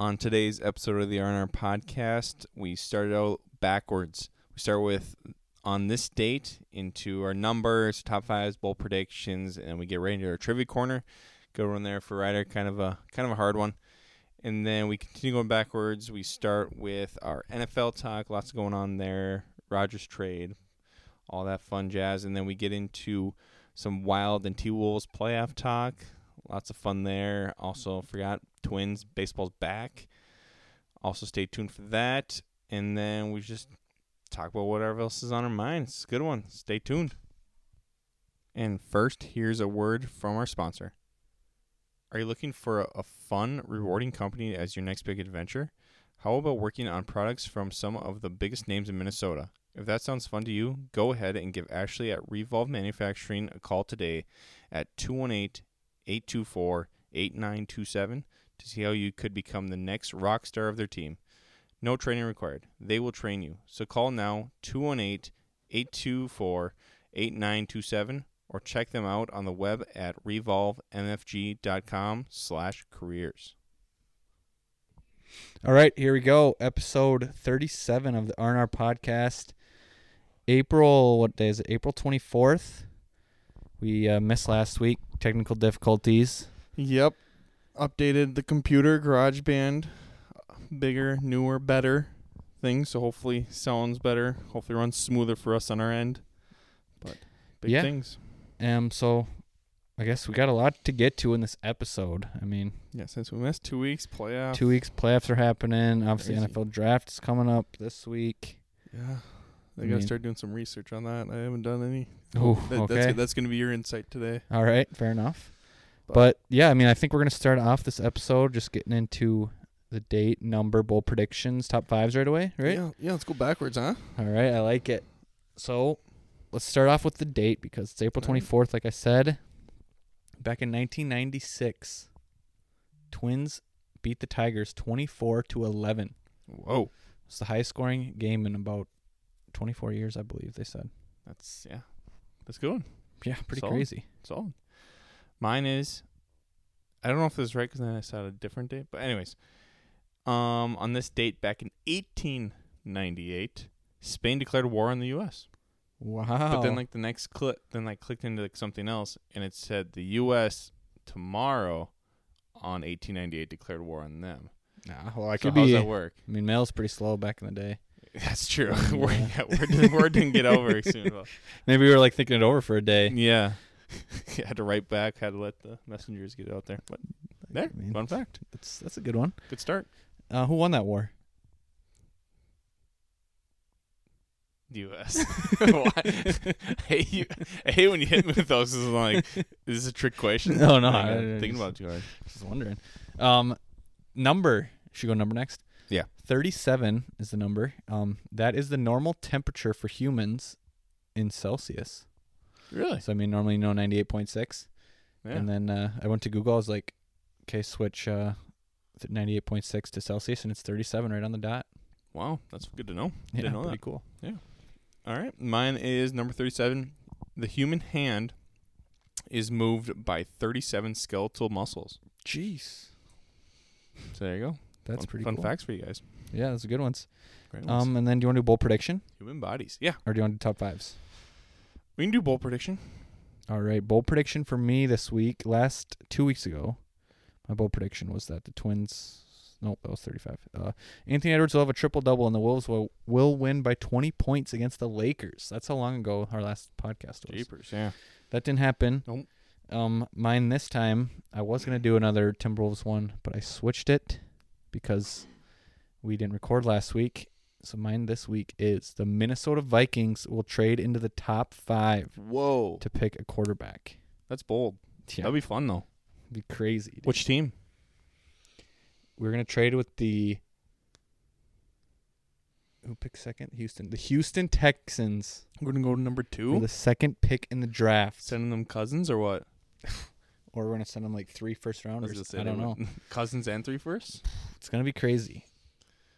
On today's episode of the R&R podcast, we started out backwards. We start with on this date into our numbers, top fives, bowl predictions, and we get right into our trivia corner. Go run there for Ryder, kind of a kind of a hard one. And then we continue going backwards. We start with our NFL talk, lots going on there, Rogers trade, all that fun jazz, and then we get into some Wild and T Wolves playoff talk. Lots of fun there. Also, forgot Twins baseball's back. Also, stay tuned for that. And then we just talk about whatever else is on our minds. It's a good one. Stay tuned. And first, here's a word from our sponsor. Are you looking for a, a fun, rewarding company as your next big adventure? How about working on products from some of the biggest names in Minnesota? If that sounds fun to you, go ahead and give Ashley at Revolve Manufacturing a call today at 218 824 8927 to see how you could become the next rock star of their team. No training required. They will train you. So call now 218 824 8927 or check them out on the web at revolvemfg.com slash careers. All right, here we go. Episode 37 of the R&R podcast. April, what day is it? April 24th. We uh, missed last week. Technical difficulties. Yep. Updated the computer, GarageBand, bigger, newer, better thing. So hopefully sounds better. Hopefully runs smoother for us on our end. But big Yeah. things. Um, so I guess we got a lot to get to in this episode. I mean, Yeah, since we missed two weeks, playoff. two weeks playoffs are happening. Obviously, Crazy. NFL draft is coming up this week. Yeah. I I gotta mean- start doing some research on that. I haven't done any. Ooh, That- okay. That's, that's gonna be your insight today. All right, fair enough. But- But, yeah, I mean, I think we're gonna start off this episode just getting into the date, number, bowl predictions, top fives right away, right? Yeah. Yeah. Let's go backwards, huh? All right, I like it. So let's start off with the date because it's April All right. 24th, like I said. Back in 1996, Twins beat the Tigers 24 to 11. Whoa. It's the highest scoring game in about 24 years, I believe they said. That's yeah. That's good. One. Yeah, pretty Solid. crazy. Solid. Mine is. I don't know if this is right because then I saw a different date. But anyways, um, on this date back in 1898, Spain declared war on the U.S. Wow. But then like the next clip, then like clicked into like, something else, and it said the U.S. tomorrow on 1898 declared war on them. nah, well, I so how could be. does that I work? mean, mail's pretty slow back in the day. That's true. Yeah. Word, yeah, word, didn't, word didn't get over soon enough. Maybe we were like thinking it over for a day. Yeah, had to write back. Had to let the messengers get out there. But there, I mean, fun fact. that's that's a good one. Good start. Uh, who won that war? The U.S. Why? I hate you. I hate when you hit me with those. It's like is this a trick question? No, no, I'm I- I thinking just- about it too hard. Just wondering. Um, number should go number next. Yeah. thirty-seven is the number. Um, that is the normal temperature for humans in Celsius. Really? So I mean, normally you know ninety-eight point six. Yeah. And then uh, I went to Google. I was like, okay, switch uh, ninety-eight point six to Celsius, and it's thirty-seven right on the dot. wow, that's good to know. Yeah, Didn't know pretty that. cool. All right. Mine is number 37. The human hand is moved by 37 skeletal muscles. Jeez, So there you go. fun, that's pretty fun cool. facts for you guys. Yeah, those are good ones. Great ones. Um, and then do you want to do bowl prediction human bodies. Yeah. or do you want to do top fives? We can do bowl prediction. All right, bold prediction for me this week. Last two weeks ago, my bold prediction was that the Twins. Nope, that was 35. Uh, Anthony Edwards will have a triple double, and the Wolves will, will win by 20 points against the Lakers. That's how long ago our last podcast was. Jeepers. Yeah. That didn't happen. Nope. Um, mine this time. I was gonna do another Timberwolves one, but I switched it because we didn't record last week. So mine this week is the Minnesota Vikings will trade into the top five Whoa. to pick a quarterback. That's bold. Yeah. That'd be fun, though. be crazy. dude. Which team? We're gonna trade with the who picked second? Houston. The Houston Texans We're going to go to number two. for the second pick in the draft, Sending them cousins or what? or we're gonna send them like three first was rounders. gonna say I they don't know. went cousins and three firsts? It's gonna be crazy.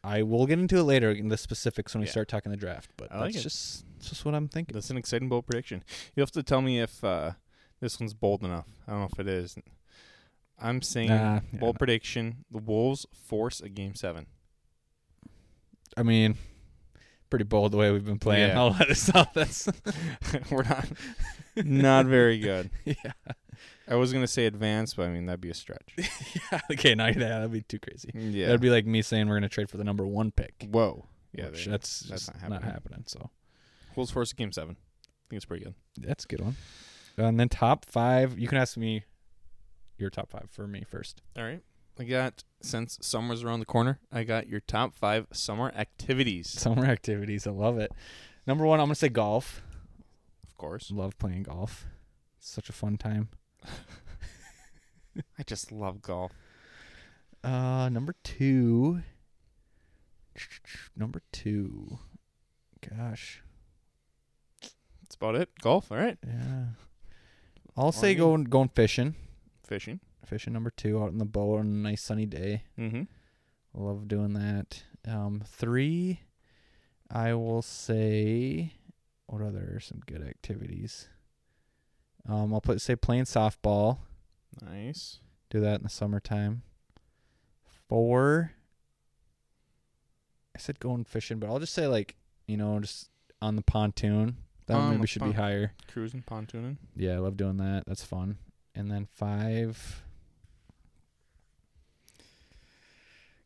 I will get into it later in the specifics when we Yeah. start talking the draft, but I like that's it. just that's just what I'm thinking. That's an exciting bold prediction. You'll have to tell me if uh, this one's bold enough. I don't know if it is. I'm saying Nah, yeah, bold prediction: the Wolves force a game seven. I mean, pretty bold the way we've been playing. Yeah. I'll let us out. That's We're not not very good. yeah, I was gonna say advanced, but I mean that'd be a stretch. yeah. Okay, now yeah, that'd be too crazy. Yeah. That'd be oh, like me saying we're gonna trade for the number one pick. Whoa. Yeah. which they- that's that's just not not happening. happening. So Wolves force a game seven. I think it's pretty good. That's a good one. Uh, And then top five, you can ask me your top five for me first. All right. I got since summer's around the corner. I got your top five summer activities. Summer activities, I love it. Number one, I'm gonna say golf. Of course. Love playing golf. It's such a fun time. I just love golf. Uh, number two. Number two. Gosh, That's about it. Golf. All right. yeah. I'll say Alrighty. going going fishing. Fishing. Fishing number two out on the boat on a nice sunny day. Mm-hmm. Love doing that. Um, three, I will say, what other are some good activities? Um, I'll put say playing softball. Nice. Do that in the summertime. Four, I said going fishing, but I'll just say like you know just on the pontoon. That On one maybe the should pon- be higher. Cruising, pontooning. Yeah, I love doing that. That's fun. And then five.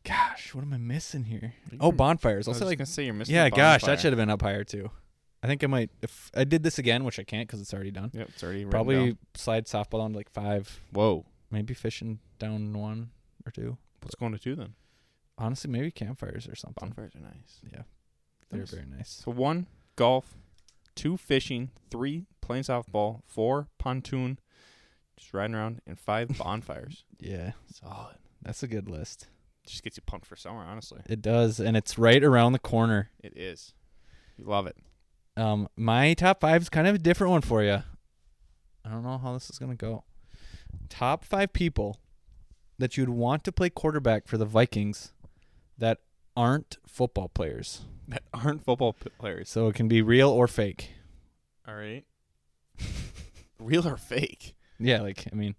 Gosh, what am I missing here? Oh, bonfires. Hmm. I I'll was say just like, gonna say you're missing. yeah, the gosh, bonfire. that should have been up higher too. I think I might if I did this again, which I can't because it's already done. Yep, it's already written Probably down. slide softball down to like five, Whoa, maybe fishing down one or two. what's going to two then? Honestly, maybe campfires or something. Bonfires are nice. Yeah, they're Nice. very nice. So one golf, two fishing, three playing softball, four pontoon, just riding around, and five bonfires. Yeah, Solid. that's a good list. Just gets you pumped for summer. Honestly, It does, and it's right around the corner. it is. You love it. Um, my top five is kind of a different one for you. I don't know how this is gonna go. Top five people that you'd want to play quarterback for the Vikings that aren't football players. That aren't football p- players. So it can be real or fake. All right. Real or fake? Yeah, like I mean,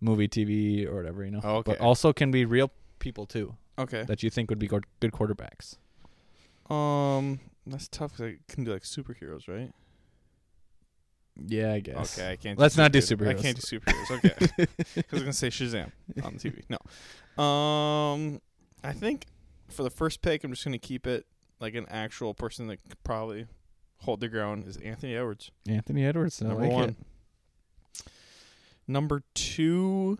movie, TV, or whatever you know. Okay. But also can be real people too Okay. that you think would be good, good quarterbacks. Um, that's tough 'cause I can do like superheroes, right? Yeah, I guess. Okay, I can't. Let's not do I superheroes. can't do superheroes. Okay, because I was gonna say Shazam on the TV. No, um, I think for the first pick, I'm just gonna keep it like an actual person that could probably hold their ground is Anthony Edwards. Anthony Edwards. I Number like one. it. Number two,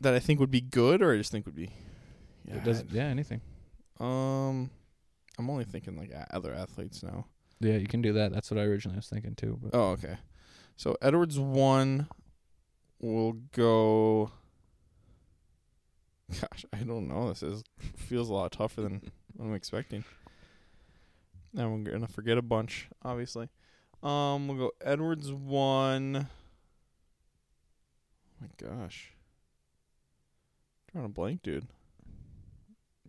that I think would be good, or I just think would be. It doesn't, yeah, anything. um, I'm only thinking like a- other athletes now. Yeah, you can do that. That's what I originally was thinking too. But Oh, okay. So Edwards one will go. Gosh, I don't know. This is feels a lot tougher than I'm expecting. And we're gonna forget a bunch, obviously. Um, we'll go Edwards one. Oh my gosh, drawing a blank, dude.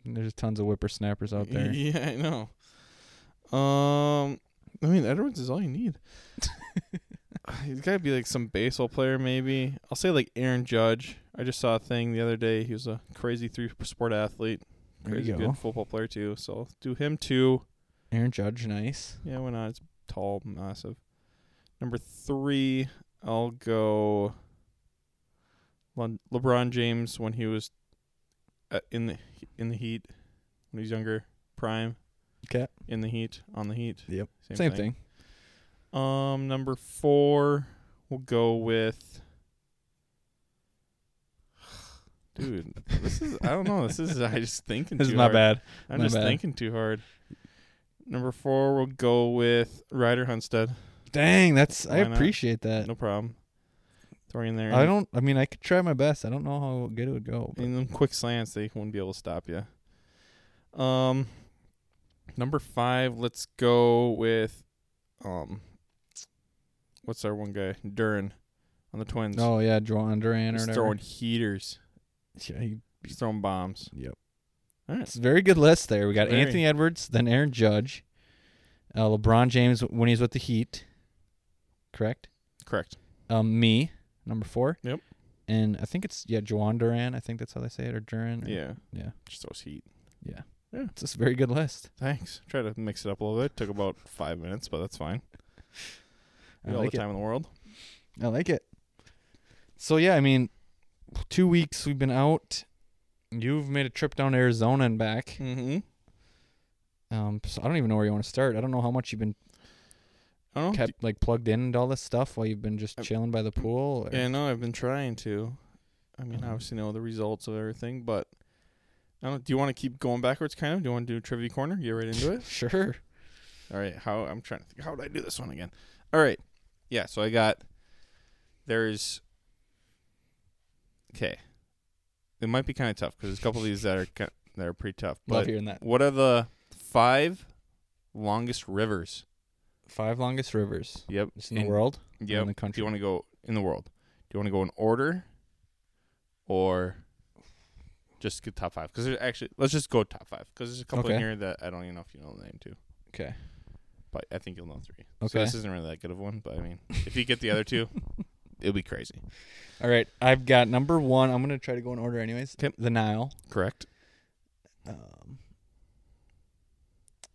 there's tons of whippersnappers out there. Yeah, I know. Um, I mean, Edwards is all you need. He's got to be like some baseball player, maybe. I'll say like Aaron Judge. I just saw a thing the other day. He was a crazy three sport athlete, There crazy you go. good football player too. So I'll do him too. Aaron Judge, nice. Yeah, why not? It's tall, massive. Number three, I'll go. Lon- LeBron James when he was uh, in the in the Heat when he was younger, prime. Okay. In the Heat, on the Heat. Yep. Same, thing. Um, number four, we'll go with. Dude, this is I don't know. This is I just thinking. This too is my hard. bad. I'm My just bad. thinking too hard. Number four, we'll go with Ryder Hunstead. Dang, that's I Why not? appreciate that. No problem. Throwing in there. I don't. I mean, I could try my best. I don't know how good it would go. but- In them quick slants, they wouldn't be able to stop you. Um, number five, let's go with, um, what's our one guy? Duran on the Twins. Oh yeah, Juan Duran or He's whatever. throwing heaters. Yeah, he- He's throwing bombs. yep. All right. It's a very good list there. We got Very. Anthony Edwards, then Aaron Judge, uh, LeBron James when he's with the Heat. Correct. Correct. Um, me number four. Yep. and I think it's yeah, Juwan Duran. I think that's how they say it, or Duran. or- Yeah. yeah, Just throws heat. yeah, Yeah. It's just a very good list. Thanks. Try to mix it up a little bit. Took about five minutes, but that's fine. We I got all like the it. time in the world. I like it. So yeah, I mean, two weeks we've been out. You've made a trip down to Arizona and back. Mm-hmm. Um, so I don't even know where you want to start. I don't know how much you've been I don't know. kept like plugged in to all this stuff while you've been just I- chilling by the pool. Or, Yeah, no, I've been trying to. I mean, Um, obviously know the results of everything, but I don't. Do you want to keep going backwards, kind of? Do you want to do trivia corner? Get right into it. sure. All right, how I'm trying to think. How would I do this one again? All right, yeah. So I got there's okay. It might be kind of tough because there's a couple of these that are ki- that are pretty tough. Love But hearing that. what are the five longest rivers? Five longest rivers Yep. just in the In- world, or Yep. in the Do country. you want to go in the world? Do you want to go in order, or just get top five? Because actually, let's just go top five because there's a couple in Okay. here that I don't even know if you know the name to, okay. but I think you'll know three. So Okay. this isn't really that good of one, but I mean, if you get the other two, it'll be crazy. All right. I've got number one. I'm gonna try to go in order, anyways. Okay. The Nile. Correct. Um,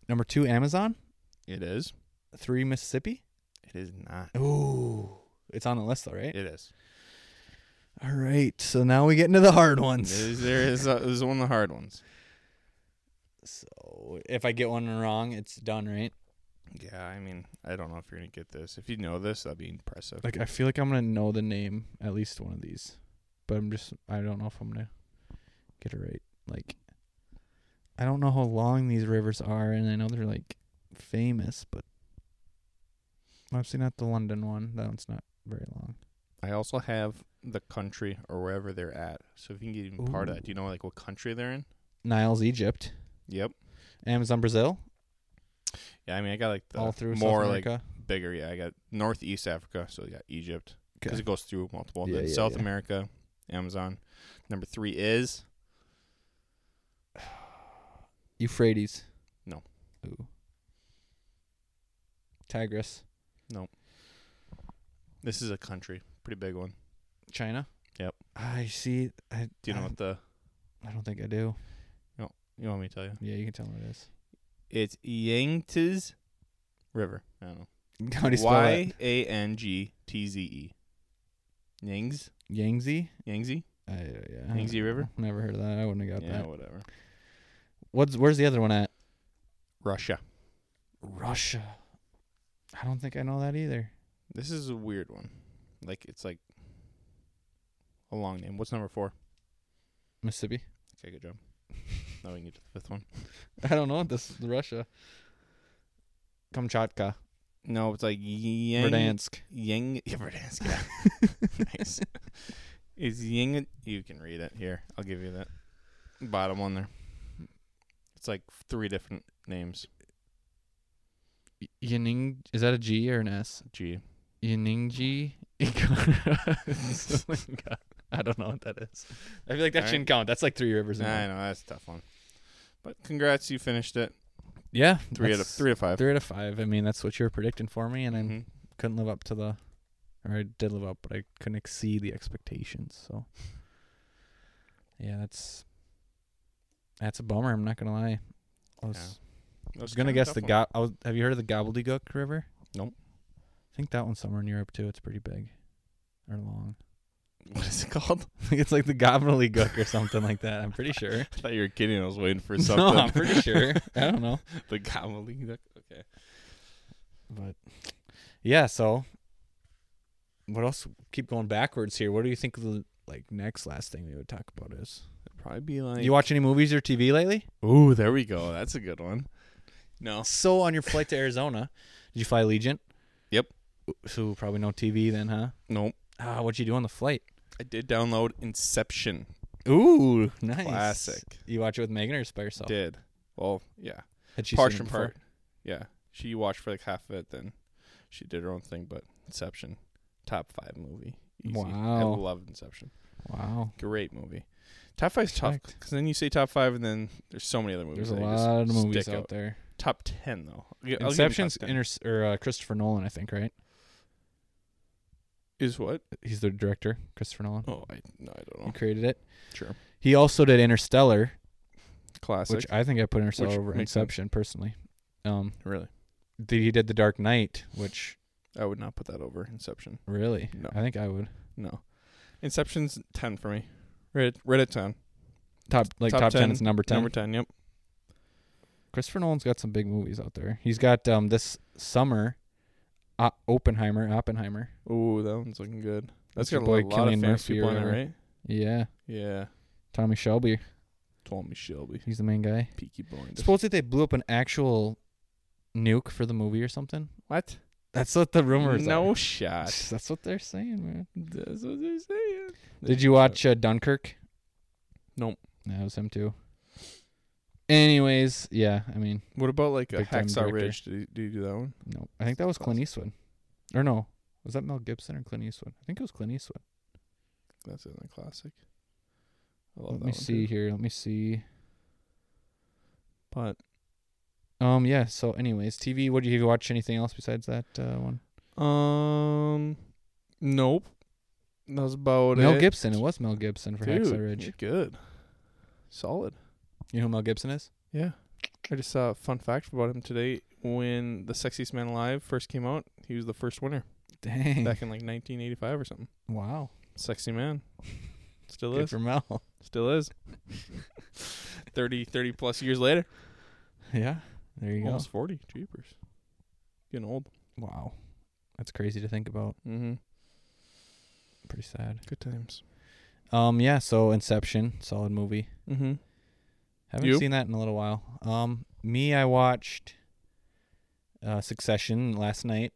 number two, Amazon. It is. Three, Mississippi. It is not. Ooh, it's on the list though, right? It is. All right. So now we get into the hard It ones. is there is, uh, is one of the hard ones. So if I get one wrong, it's done, right? Yeah, I mean, I don't know if you're gonna get this. If you know this, that'd be impressive. Like I feel like I'm gonna know the name at least one of these, but I'm just I don't know if I'm gonna get it right. Like I don't know how long these rivers are, and I know they're like famous, but obviously not the London one. That one's not very long. I also have the country or wherever they're at. So if you can get even part of that, do you know like what country they're in? Niles, Egypt, Yep. Amazon, Brazil, Yeah, I mean, I got like the all through more South like America. bigger. Yeah, I got Northeast Africa, so you got Egypt because Okay. it goes through multiple. Yeah, then yeah, South yeah. America, Amazon. Number three is Euphrates. No. Ooh. Tigris. this is a country, pretty big one. China. Yep. I see. I Do you know I, what the? I don't think I do. You want me to tell you? Yeah, you can tell me it is. It's Yangtze River. I don't know. How do you spell that? Y a n g t z e. Yangtze. Yangtze. Yangtze. I, yeah, I Yangtze don't River? know. Never heard of that. I wouldn't have got Yeah, that. whatever. What's where's the other one at? Russia. Russia. I don't think I know that either. This is a weird one. Like it's like a long name. What's number four? Mississippi. Okay, good job. now we can get to the fifth one. I don't know what this is Russia. Kamchatka. No, it's like Yang Verdansk. Yang yeah, Verdansk. Yeah. nice. Is Yang you can read it here. I'll give you that. Bottom one there. It's like three different names. Y- Yining is that a G or an S? G. Yiningji. I don't know what that is. I feel like that All right. shouldn't count. That's like three rivers. Nah, In I one. know that's a tough one. But congrats, you finished it. Yeah, Three out of that's- three out of five. Three out of five. I mean, that's what you were predicting for me, and I Mhm. couldn't live up to the, or I did live up, but I couldn't exceed the expectations. So, yeah, that's that's a bummer. I'm not gonna lie. I was, That I was was gonna kinda a guess tough the one. go- I was. Have you heard of the Gobbledygook River? Nope. I think that one's somewhere in Europe too. It's pretty big, or long. What is it called? it's like the Gobbledygook or something like that. I'm pretty sure. I thought you were kidding. I was waiting for No, something. I'm pretty sure. I don't know. the gobbledygook. Okay. But yeah, so what else? Keep going backwards here. What do you think the like next last thing we would talk about is? It'd probably be like. You watch any movies or TV lately? Ooh, there we go. That's a good one. No. So on your flight to Arizona, did you fly Allegiant? Yep. So probably no TV then, huh? Nope. Ah, what'd you do on the flight? I did download Inception. Ooh, nice. Classic. You watch it with Megan or just by yourself? Did. Well, yeah. Had she part seen and it before? part. Yeah. She watched for like half of it, then she did her own thing, but Inception, top five movie. Easy. I Wow. love Inception. Wow. Great movie. Top five's tough Respect. because then you say top five, and then there's so many other movies. There's a that you just lot of movies stick out there. Top ten though. I'll gi- I'll give you top Inception's 10. inter- or uh, Christopher Nolan, I think, right? Is what? He's the director, Christopher Nolan. Oh, I no, I don't He know. created it. Sure. He also did Interstellar, Classic. which I think I put Interstellar Which over makes sense. Inception personally. Um, really? the, he did The Dark Knight, which I would not put that over Inception. really, No. I think I would No. Inception's 10 for me. Reddit, Reddit 10. top like Top top, 10, 10, is number ten. Number 10, yep. Christopher Nolan's got some big movies out there. He's got um this summer, uh, Oppenheimer, Oppenheimer. Ooh, that one's looking good. That's That's your got a boy lot lot of Cillian famous Murphy or people in it, whatever. right? Yeah, Yeah. Tommy Shelby, Tommy Shelby. he's the main guy. Peaky Blinders. Supposedly they blew up an actual nuke for the movie or something. What? That's what the rumors No are. shot. That's what they're saying, man. That's what they're saying. Did you watch uh, Dunkirk? Nope. That was him too. Anyways, yeah, I mean, What about like a Big time Hacksaw director. Ridge? Did you, did you do that one? no, I think that was Clint Eastwood, or no, was that Mel Gibson or Clint Eastwood? I think it was Clint Eastwood. That's in the classic. I love Let that me one. see too. here. Let me see. But Um, yeah. So, anyways, TV. What do you, have you watch anything else besides that uh, one? um, nope. That was about Mel it. Gibson. It was Mel Gibson for Dude, Hacksaw Ridge. you're good. Solid. You know who Mel Gibson is? Yeah. I just saw a fun fact about him today. When The Sexiest Man Alive first came out, he was the first winner Dang. back in like 1985 or something. wow. Sexy man. Still Good is. for Mel. Still is. 30, 30 plus years later. yeah. There you Almost 40. Jeepers. Getting old. go. Wow. That's crazy to think about. Mm-hmm. Pretty sad. Good times. Um, yeah. So, Inception, solid movie. Mm-hmm. Haven't You? seen that in a little while. Um, me, I watched uh, Succession last night,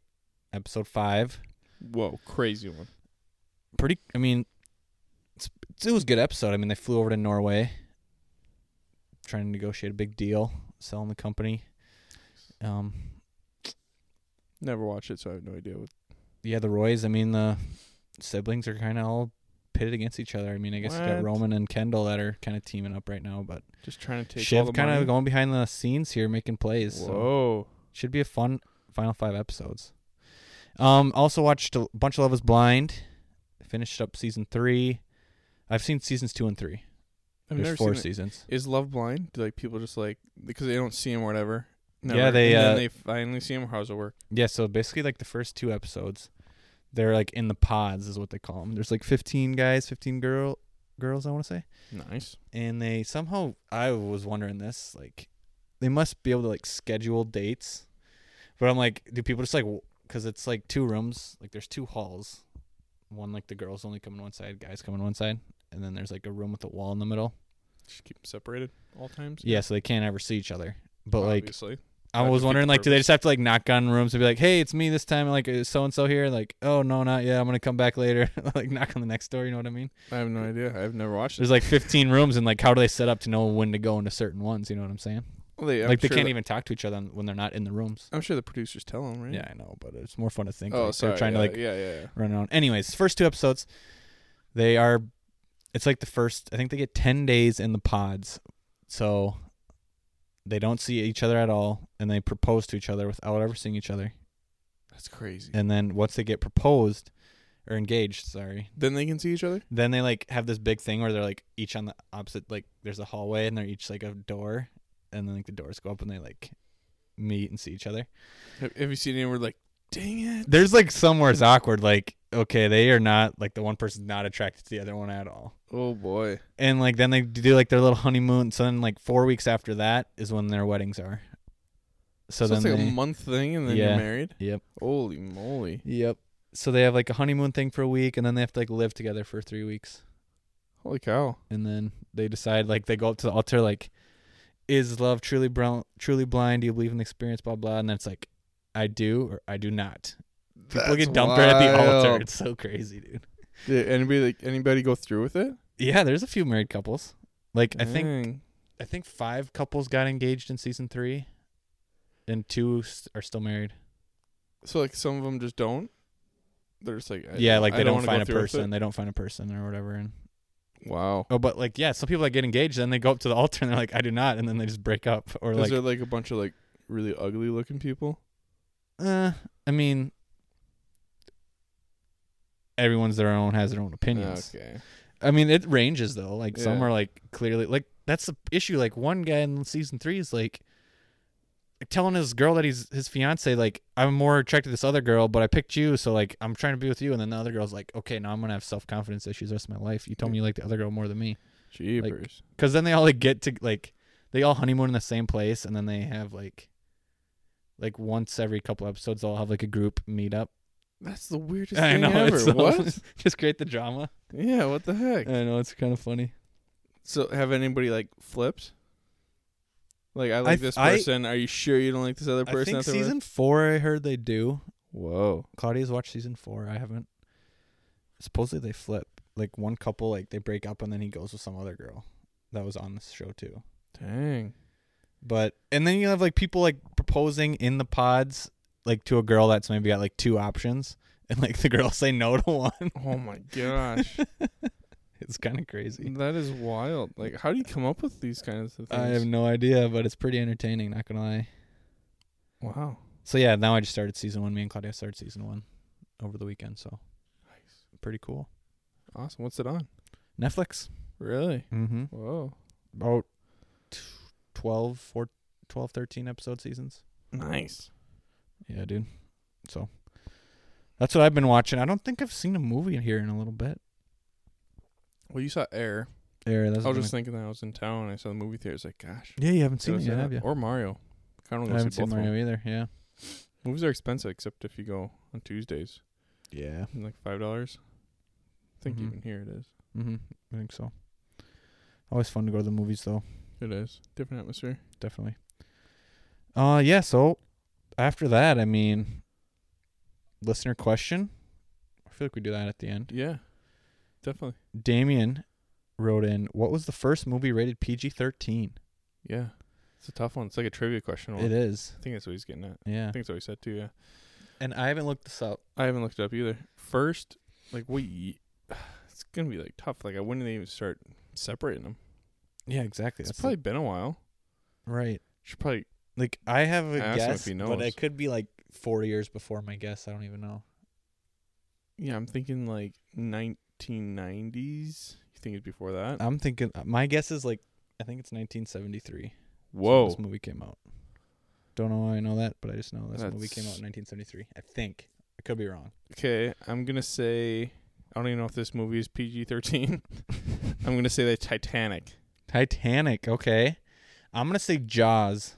episode five. Whoa, crazy one. Pretty. I mean, it's, it was a good episode. I mean, they flew over to Norway, trying to negotiate a big deal, selling the company. Um, Never watched it, so I have no idea. What, yeah, the Roys. I mean, the siblings are kind of all pitted against each other. I mean, I guess you got What? Roman and Kendall that are kind of teaming up right now, but just trying to take all Shiv the kind money. of going behind the scenes here, making plays. so- Whoa. Should be a fun final five episodes. Um, also watched a bunch of Love Is Blind. Finished up season three. I've seen seasons two and three. I've There's never four seen it. seasons. Is Love Blind? Do like people just like because they don't see him or whatever? Yeah, Never. they, And uh, then they finally see him. How's it work? Yeah, so basically, like the first two episodes, they're like in the pods, is what they call them. There's like 15 guys, 15 girl girls, I want to say, Nice. and they somehow I was wondering this, like they must be able to like schedule dates, but I'm like, do people just like because it's like two rooms, like there's two halls, one like the girls only come in one side, guys come in one side, and then there's like a room with a wall in the middle. Just keep 'em separated all times. Yeah, so they can't ever see each other. But like, obviously. I That was defeats wondering, the like, do they just have to like knock on rooms and be like, "Hey, it's me this time," like so and so here, like, "Oh no, not yet, I'm gonna come back later," like knock on the next door. You know what I mean? I have no idea. I've never watched it. There's like 15 rooms, and like, how do they set up to know when to go into certain ones? You know what I'm saying? Well, they, I'm like they sure can't the- even talk to each other when they're not in the rooms. I'm sure the producers tell him, right? Yeah, I know, but it's more fun to think. Oh, like, sorry. They're trying yeah, to like yeah, yeah, yeah. run around. Anyways, first two episodes, they are. It's like the first. I think they get 10 days in the pods, so they don't see each other at all, and they propose to each other without ever seeing each other. That's crazy. And then once they get proposed or engaged, sorry, then they can see each other. then they like have this big thing where they're like each on the opposite like there's a hallway and they're each like a door and then like the doors go up and they like meet and see each other Have, have you seen anywhere like, dang it? there's like somewhere it's awkward like okay they are not like the one person's not attracted to the other one at all Oh boy. and like then they do like their little honeymoon so then like four weeks after that is when their weddings are so, So, then it's like they, a month thing, and then Yeah. you're married. Yep. Holy moly. yep so they have like a honeymoon thing for a week and then they have to like live together for three weeks Holy cow. and then they decide like they go up to the altar like is love truly brown truly blind do you believe in the experience blah blah and then it's like i do or i do not people That's get dumped right at the altar wild. it's so crazy dude Did anybody like anybody go through with it? yeah there's a few married couples like i think Dang. i think five couples got engaged in season three and two s- are still married so. Like some of them just don't. They're just like I yeah don't- like I they don't, wanna go find a through with person they don't find a person or whatever and it. Wow. oh but like yeah some people that get engaged then they go up to the altar and they're like i do not and then they just break up or Is like there like a bunch of like really ugly eh, looking people? Uh, I mean, everyone's their own has their own opinions. Ah, Okay. I mean, it ranges though. Like some Yeah. are like clearly like that's the issue. Like one guy in season three is like telling his girl that he's his fiance like I'm more attracted to this other girl, but I picked you, so like I'm trying to be with you. And then the other girl's like, okay, now I'm gonna have self confidence issues the rest of my life. You told me you like the other girl more than me, Jeepers. because then they all like get to like they all honeymoon in the same place, and then they have like like once every couple episodes they'll have like a group meetup. That's the weirdest I thing know ever. it's so- what? just create the drama. yeah. What the heck? I know it's kind of funny. So have anybody like flipped? Like I like th- this I- person. Are you sure you don't like this other person? I think at the room? season four. I heard they do. Whoa. Claudia's watched season four. I haven't. Supposedly they flip. Like one couple, like they break up and then he goes with some other girl that was on the show too. Dang. But and then you have like people like proposing in the pods, like to a girl that's maybe got like two options, and like the girl say no to one. Oh my gosh. It's kind of crazy. that is wild. Like how do you come up with these kinds of things? I have no idea, but it's pretty entertaining. Not gonna lie. wow. So yeah, now I just started season one. Me and Claudia started season one over the weekend. So pretty cool. Awesome. What's it on? Netflix. Really? Mm-hmm. Whoa. about t- 12, 4, 12, 13 episode seasons. Nice. Yeah, dude. So that's what I've been watching. I don't think I've seen a movie here in a little bit. Well, you saw Air. There, that's I was been Oh, just a- thinking that I was in town and I saw the movie theater. It's like, gosh. yeah, you haven't gotta seen it see yet, that. have you? Or Mario. Kind of I haven't want to seen both of Mario them. either. Yeah. Movies are expensive, except if you go on Tuesdays, Yeah. like five dollars. I think Mhm. even here it is. Mm-hmm. I think so. Always fun to go to the movies though. It is different atmosphere. definitely. Uh yeah, so after that, I mean listener question. I feel like we do that at the end. Yeah, definitely. Damien wrote in, "What was the first movie rated PG-13?" Yeah, it's a tough one. It's like a trivia question. It is. I think that's what he's getting at. Yeah. I think it's what he said too. Yeah, And I haven't looked this up. I haven't looked it up either. First, like what? ye- it's gonna be like tough. Like I wouldn't even start separating them. Yeah, exactly. It's That's probably been a while. the- right. Should probably Like I have a Ask him if guess, he but knows. it could be like 4 years before my guess. I don't even know. yeah. I'm thinking like 1990s. You think it's before that? I'm thinking uh, my guess is like I think it's 1973. is when Whoa, This movie came out. Don't know why I know that, but I just know this movie came out That's- in 1973. I think. I could be wrong. Okay, I'm gonna say I don't even know if this movie is PG-13. I'm gonna say the Titanic. Titanic, okay. I'm going to say Jaws.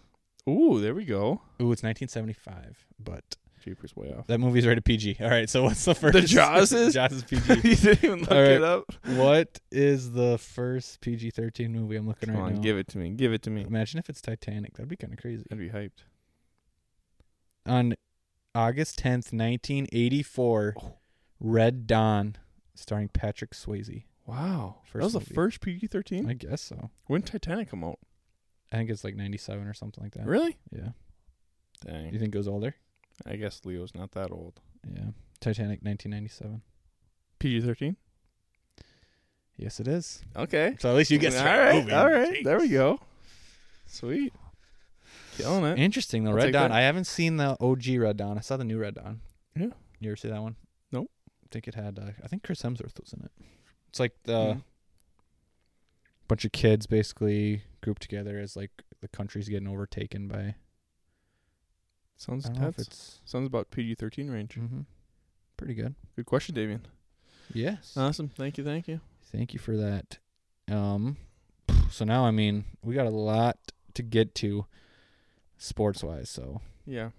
Ooh, there we go. Ooh, it's 1975, but Jeepers way off. That movie's rated PG. All right, so what's the first? Jaws is? Jaws is you PG. didn't even look All right. it up. what is the first PG thirteen movie I'm looking Come right on, now? give it to me. Give it to me. Imagine if it's Titanic. That'd be kind of crazy. I'd be hyped. On August tenth, nineteen eighty four, Oh. Red Dawn, starring Patrick Swayze. Wow, First that was movie. the first PG-13. I guess so. When did Titanic come out? I think it's like ninety seven or something like that. Really? Yeah. You Dang. think it was older? I guess Leo's not that old. Yeah. Titanic, nineteen ninety seven. PG-13. Yes, it is. Okay. So at least you guessed all right. right. Movie. All right. There we Jeez. go. Sweet. Killing it. Interesting though. I'll Red take Dawn. that. I haven't seen the OG Red Dawn. I saw the new Red Dawn. Yeah. You ever see that one? Nope. I think it had. Uh, I think Chris Hemsworth was in it. It's like the Mhm. bunch of kids basically grouped together as like the country's getting overtaken by. Sounds Mm-hmm. I don't know if intense. it's Sounds about PG-13 range. hmm pretty good. Good question, Damien. Yes. Awesome. Thank you. Thank you. Thank you for that. Um, so now I mean we got a lot to get to, sports wise. So Yeah.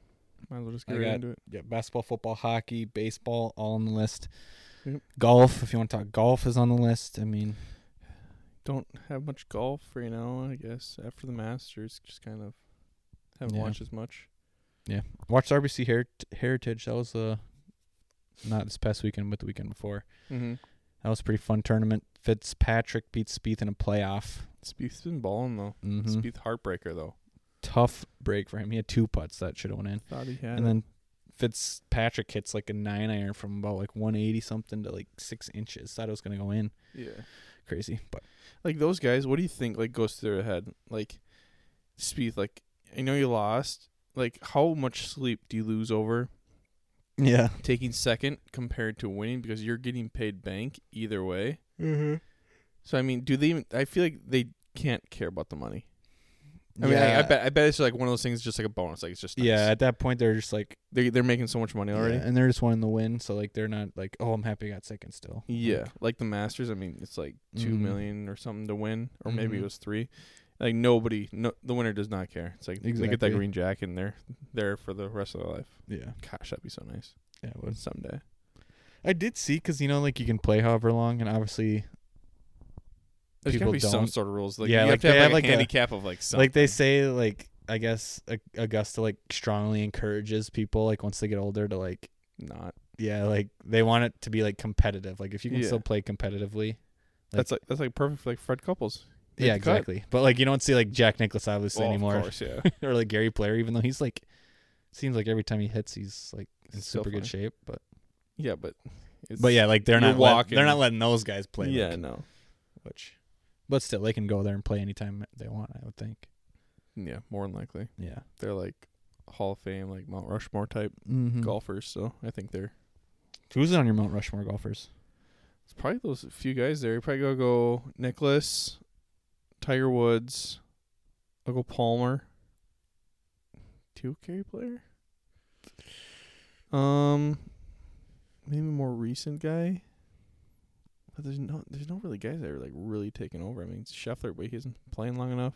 Might as well just I get right got- into it. yeah, basketball, football, hockey, baseball, all on the list. Yep. Golf, if you want to talk golf, is on the list. I mean, Don't have much golf right now, I guess. After the Masters, just kind of haven't Yeah. watched as much. watched RBC Her- Heritage. That was uh, not this past weekend, but the weekend before. Mm-hmm. That was a pretty fun tournament. Fitzpatrick beats Spieth in a playoff. Spieth's been balling though. Mhm. Spieth heartbreaker though. Tough break for him. He had two putts that should have went in, Thought he had. and then Fitzpatrick hits like a nine iron from about like 180 something to like six inches. Thought it was gonna go in. yeah, Crazy, but like those guys. What do you think? Like goes through their head. Like Spieth. Like I know you lost. Like how much sleep do you lose over Yeah. taking second compared to winning because you're getting paid bank either way. Mm-hmm. So I mean, do they even? I feel like they can't care about the money. I yeah. mean, I, I bet I bet it's like one of those things, just like a bonus. Like it's just nice. Yeah, at that point they're just like They they're making so much money already. Yeah, Yeah. and they're just wanting the win, so like they're not like, oh, I'm happy I got second still. Like, like the Masters. I mean, it's like two Mhm. million or something to win, or maybe Mhm. it was three. Like nobody, no, the winner does not care. It's like they get that Exactly. green jacket and they're there for the rest of their life. yeah, Gosh, that'd be so nice yeah. It was. someday. I did see because you know like you can play however long, and obviously There's People gotta be some don't- sort of rules. Like you Yeah, like, have to have, they have, like, like, a a- handicap of like something. like they say like I guess Ag- Augusta like strongly encourages people like once they get older to like not. yeah like they want it to be like competitive. Like if you can Yeah. still play competitively, that's like that's like perfect for like Fred Couples. Make yeah, the cut. exactly. But like you don't see like Jack Nicklaus obviously Well, anymore, Of course, yeah. or like Gary Player, even though he's like seems like every time he hits he's like in It's still super good fine. shape, but. Yeah, but it's, But yeah, like they're you're not let, walking. they're not letting those guys play. yeah, like, no, which, but still they can go there and play anytime they want. I would think. yeah, more than likely Yeah. they're like Hall of Fame, like Mount Rushmore type Mm-hmm. golfers. So I think they're Who's on your Mount Rushmore golfers? it's probably those few guys there. You probably go go Nicholas, Tiger Woods, I'll go Palmer, two carry player. Um, maybe more recent guy. But there's no there's no really guys that are like really taking over. I mean Scheffler, but he isn't playing long enough.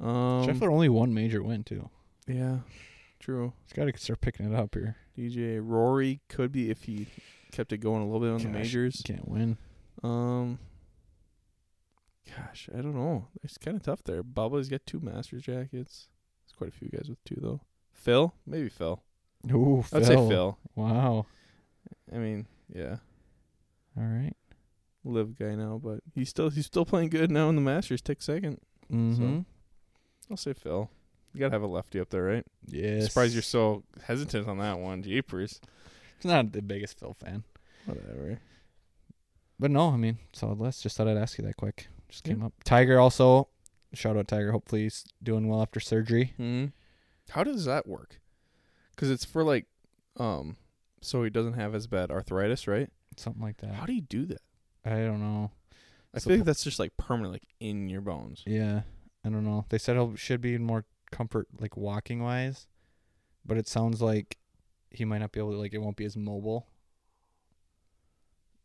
Um, Scheffler only one major win too. Yeah, true. He's got to start picking it up here. DJ Rory could be if he kept it going a little bit on Gosh. the majors. He can't win. Um, gosh, I don't know. It's kind of tough there. Bubba's got two Masters jackets. There's quite a few guys with two though. Phil, maybe Phil. Ooh, Phil. I'd say Phil. Wow. I mean, yeah, All right. live guy now, but he's still he's still playing good now in the Masters. Take second. Mm-hmm. I'll say Phil. You gotta have a lefty up there, right? Yes. Surprised you're so hesitant on that one, jeepers. He's not the biggest Phil fan. Whatever. But no, I mean, solid list. Just thought I'd ask you that quick. Just Yeah. came up. Tiger also. Shout out Tiger. Hopefully he's doing well after surgery. Hmm. How does that work? Because it's for like, um, so he doesn't have as bad arthritis, right? Something like that. How do you do that? I don't know. I So feel like pl- that's just like permanent, like in your bones. Yeah, I don't know. They said he should be in more comfort, like walking wise, but it sounds like he might not be able to. Like it won't be as mobile.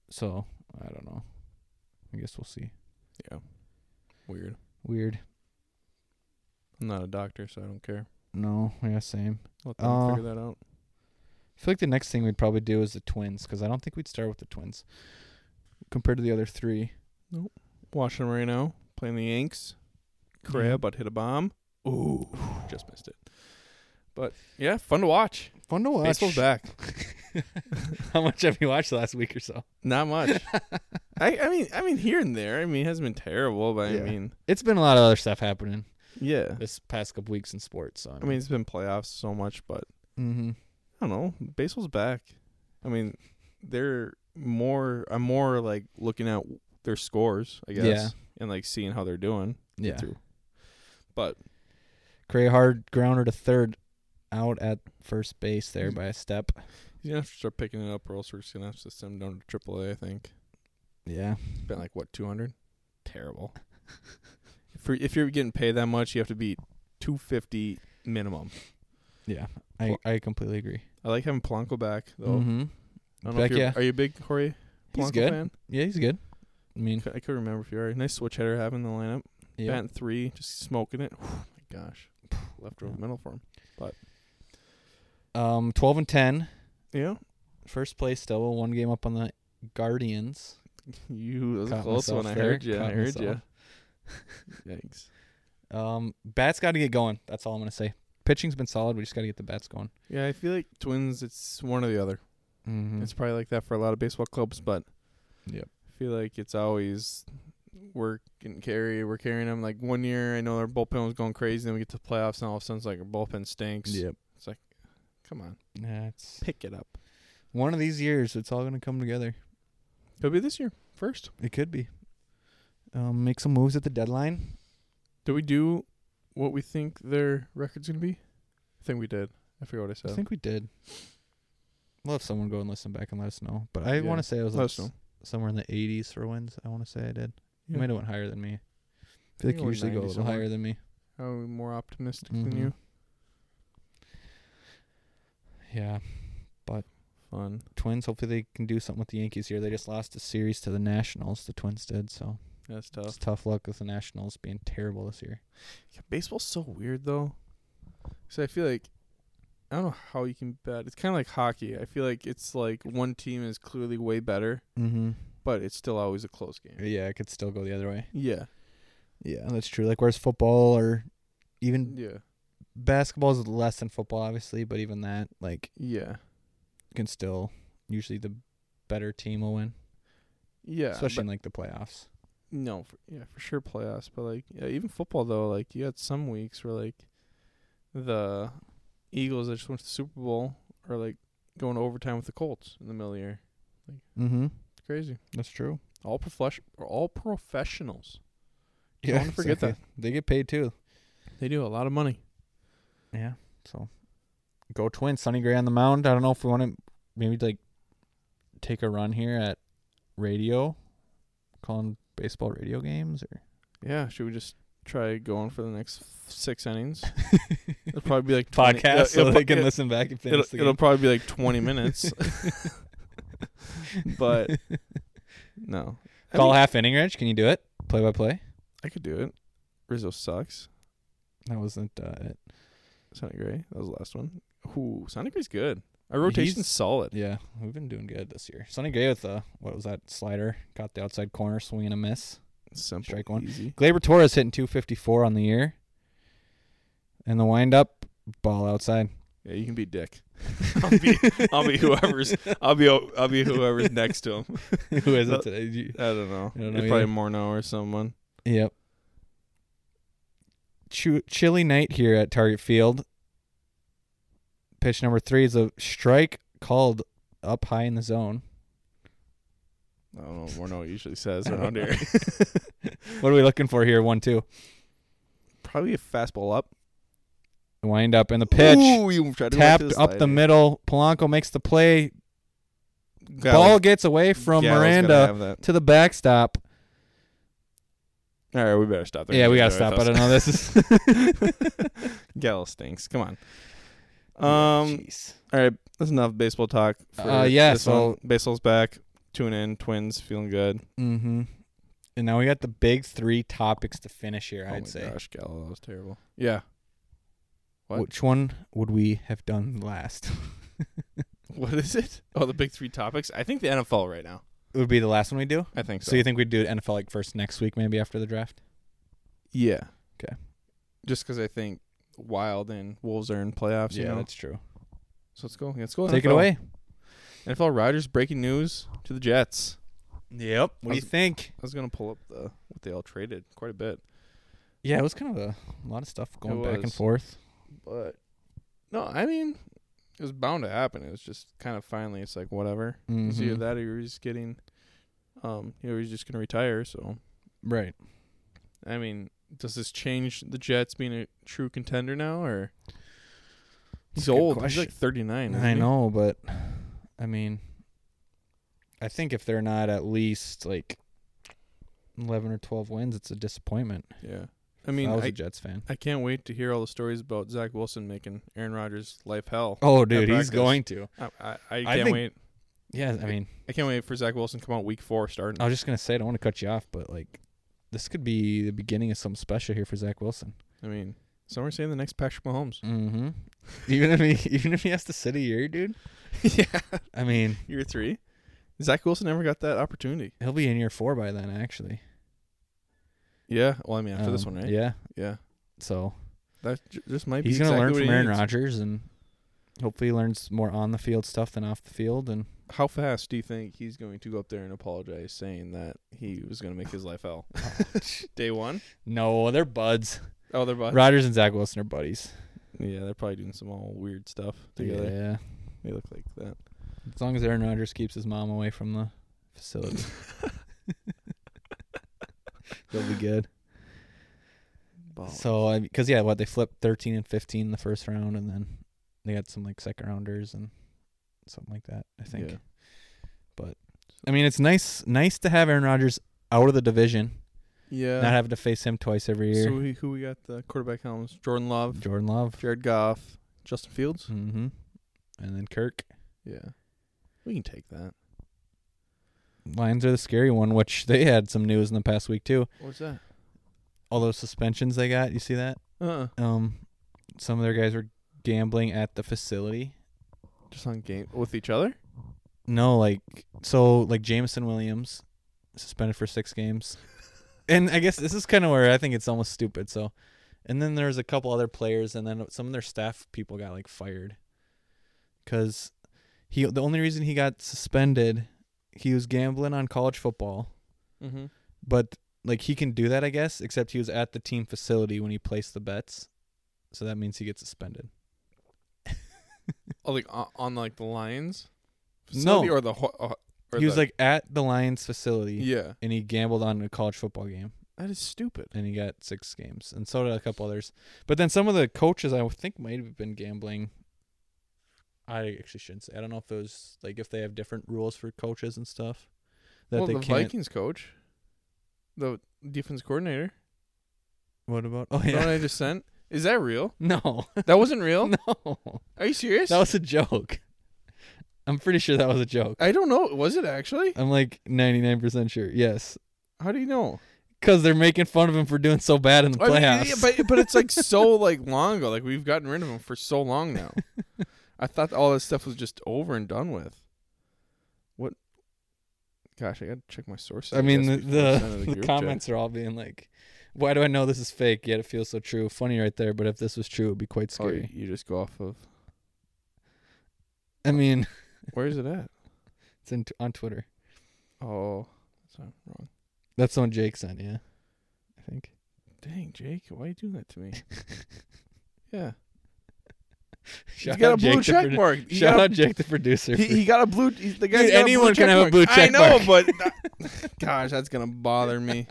So I don't know. I guess we'll see. Weird. Weird. I'm not a doctor, so I don't care. No, yeah, same. Let them Uh, figure that out. I feel like the next thing we'd probably do is the twins, because I don't think we'd start with the twins compared to the other three. Watching them right now, playing the Yanks. Korea, Yeah. but hit a bomb. Ooh, just missed it. But yeah, fun to watch. Fun to watch. Baseball's back. How much have you watched the last week or so? Not much. I, I mean, I mean here and there. I mean, it hasn't been terrible, but I Yeah. mean, It's been a lot of other stuff happening yeah. this past couple weeks in sports. So I mean, it's been playoffs so much, but mm-hmm. I don't know. Baseball's back. I mean, they're more. I'm more like looking at their scores, I guess, Yeah. and like seeing how they're doing. yeah. too. But Cray hard grounder to third, out at first base there by a step. he's gonna have to start picking it up, or else we're just gonna have to send him down to AAA. I think Yeah. it's been like what 200. Terrible. if you're, if you're getting paid that much, you have to be 250 minimum. Yeah. I, I completely agree. I like having Polanco back though. Mm-hmm. I don't know if Back, you're, yeah. Are you a big Corey Polanco He's good. fan? Yeah, he's good. I mean, I could remember if you are. Nice switch hitter having the lineup. yeah. Batting three, just smoking it. Oh my gosh. Left over Yeah. middle for him. Um, 12 and 10. Yeah. First place still, one game up on the Guardians. You that was a Caught close one. myself I there, heard you. I caught heard you. myself. Yikes. Um, bats got to get going. That's all I'm going to say. Pitching's been solid. We just got to get the bats going. Yeah, I feel like twins it's one or the other. Mm-hmm. It's probably like that for a lot of baseball clubs, but Yep. I feel like it's always we're getting carry, we're carrying them. Like one year, I know our bullpen was going crazy, then we get to the playoffs, and all of a sudden it's like our bullpen stinks. Come on, Yeah, it's pick it up. one of these years. It's all going to come together. Could be this year first. It could be. Um, make some moves at the deadline. Did we do what we think their record's gonna be? I think we did. I forget what I said. I think we did. We'll have someone go and listen back and let us know. But I Yeah. want to say I was Let like us know. s- somewhere in the 80s for wins. I want to say I did. You Yeah. might have went higher than me. I feel think like I you went usually go a 90 little somewhere. higher than me. I'm more optimistic Mhm. than you. Yeah. Fun. Twins. Hopefully they can do something with the Yankees here. They just lost a series to the Nationals. The Twins did. So That's it's tough. tough luck with the Nationals being terrible this year. Yeah, baseball's so weird though. So I feel like I don't know how you can bet. It's kind of like hockey. I feel like it's like one team is clearly way better, Mm-hmm. but it's still always a close game. Yeah, it could still go the other way. Yeah. Yeah, that's true. Like whereas football or even Yeah. basketball is less than football, obviously, but even that, like, Yeah. can still usually the better team will win, Yeah. especially but- in like the playoffs. no, for, yeah, for sure playoffs, but like yeah, even football though, like you had some weeks where like the Eagles that just went to the Super Bowl are like going to overtime with the Colts in the middle of the year. Mm-hmm. It's crazy. That's true. All profesh- or all professionals. Yeah, wanna forget that. they get paid too. They do a lot of money. Yeah. So, go Twins. Sonny Gray on the mound. I don't know if we want to maybe like take a run here at radio, calling baseball radio games or Yeah, should we just try going for the next f- six innings? it'll probably be like 20 it'll- so it'll they pro- can it- listen back and finish It'll, the it'll game. probably be like twenty minutes, but no. I Call mean, half inning, Rich. Can you do it? Play by play. I could do it. Rizzo sucks. That wasn't uh, it. Sonny Gray. That was the last one. Ooh, Sonny Gray's good. Our rotation's He's- solid. Yeah, we've been doing good this year. Sonny Gray with uh, what was that slider? Caught the outside corner, swing and a miss. Simple, Strike one. easy. Glaber Torres hitting 254 on the year. And the windup ball outside. Yeah, you can be Dick. I'll be, I'll be whoever's. I'll be, I'll be whoever's next to him. Uh, Who is it today? Did you- I don't know. I don't know it's probably Morneau or someone. Yep. Chu- chilly night here at Target Field. Pitch number three is a strike called up high in the zone. I don't know. Morneau what he usually says around here. What are we looking for here? One, two. probably a fastball up. Wind up and the pitch. Ooh, you tried to go back to tapped up the slider. middle. Polanco makes the play. Gallo- Ball gets away from Gallo's gotta Miranda have that. to the backstop. All right, we better stop there. yeah, we gotta Sorry, stop. that I was- don't know. This is Gallo stinks. Come on. Um. Jeez. All right, that's enough baseball talk. For Oh, Uh, yeah, this so- one. baseball's back. Tune in, Twins feeling good. Mhm. And now we got the big three topics to finish here. I'd say. Oh gosh, Gallo, that was terrible. Yeah. what? Which one would we have done last? What is it? Oh, the big three topics. I think the NFL right now. it would be the last one we do. I think so. So you think we'd do NFL like first next week, maybe after the draft? yeah. 'Kay. Just because I think Wild and Wolves are in playoffs. you know? that's true. So let's go. Let's go. Take it NFL. away. NFL Rodgers breaking news to the Jets. Yep. What do you How's- think? I was gonna pull up the what they all traded quite a bit, Yeah, it was kind of a, a lot of stuff going back and was. forth. but no, I mean it was bound to happen. It was just kind of finally. It's like whatever. It's either Mhm. that or you're just getting, um, you know, he's just gonna retire. So Right. I mean, does this change the Jets being a true contender now, or he's That's a good old? He's question. like 39. isn't I he? know, but I mean, I think if they're not at least like eleven or twelve wins, it's a disappointment. Yeah. I I mean, was a I, Jets fan. I can't wait to hear all the stories about Zach Wilson making Aaron Rodgers life hell. Oh, dude, he's going to. I, I, I can't think- wait. Yeah, I mean, I can't wait for Zach Wilson to come out week four starting. I was just gonna say, I don't want to cut you off, but like, this could be the beginning of something special here for Zach Wilson. I mean, some are saying the next Patrick Mahomes. Mm-hmm. even if he, even if he has to sit a year, dude. yeah, I mean, year three. Zach Wilson never got that opportunity. he'll be in year four by then, actually. Yeah, well, I mean, after this Um, one, right? Yeah. yeah. So That j- this might he's be going exactly to learn what from he Aaron needs. Rodgers and hopefully he learns more on the field stuff than off the field. And How fast do you think he's going to go up there and apologize, saying that he was going to make his life hell? Day one. no, they're buds. Oh, they're both. Rodgers and Zach Wilson are buddies Yeah, they're probably doing some all weird stuff together. Yeah, They look like that. as long as Aaron Rodgers keeps his mom away from the facility, they'll be good. Oh. So, because yeah, what they flipped thirteen and fifteen in the first round, and then they got some like second rounders and something like that. I think. Yeah. But I mean, it's nice nice to have Aaron Rodgers out of the division, Yeah. not having to face him twice every year. so we, who we got the quarterback helms? Jordan Love, Jordan Love. Jared Goff, Justin Fields. Mm-hmm. And then Kirk. Yeah. We can take that. Lions are the scary one, which they had some news in the past week too. What's that? All those suspensions they got, you see that? Uh. uh Um, some of their guys were gambling at the facility. Just on game with each other. No, like so, like Jameson Williams, suspended for six games, and I guess this is kind of where I think it's almost stupid. So, and then there's a couple other players, and then some of their staff people got like fired, because he the only reason he got suspended, he was gambling on college football, Mm-hmm. but like he can do that I guess, except he was at the team facility when he placed the bets, so that means he gets suspended. Oh, like on, on like the Lions. No. Facility Or the. ho- Uh, or he was the- like at the Lions facility, Yeah. and he gambled on a college football game. That is stupid. and he got six games, and so did a couple others. But then some of the coaches I think might have been gambling. I actually shouldn't say. I don't know if it was like if they have different rules for coaches and stuff that well, they the can't. Vikings coach, the defense coordinator. What about? Oh The one yeah, I just sent. Is that real? no, That wasn't real. no, Are you serious? that was a joke. I'm pretty sure that was a joke. I don't know. Was it actually? I'm like 99% sure. Yes, How do you know? because they're making fun of him for doing so bad in the I mean, yeah, playoffs. but but it's like so like long ago. Like we've gotten rid of him for so long now. I thought all this stuff was just over and done with. What? Gosh, I gotta check my sources. I mean, the guess, before I send it to the, the group chat. comments are all being like, "Why do I know this is fake? Yet it feels so true." Funny right there, but if this was true, it'd be quite Oh, you, scary. you just go off of oh. I mean, where is it at? it's in on Twitter. Oh, sorry, wrong. That's on Jake sent, yeah. I think. Dang, Jake, why you doing that to me? yeah, he's Shout got out a blue Jake the check produ- mark. He Shout got a- out Jake the producer. He, he got a blue. He's the guy. Dude, anyone can have a blue check I know, mark. but that- gosh, that's gonna bother me.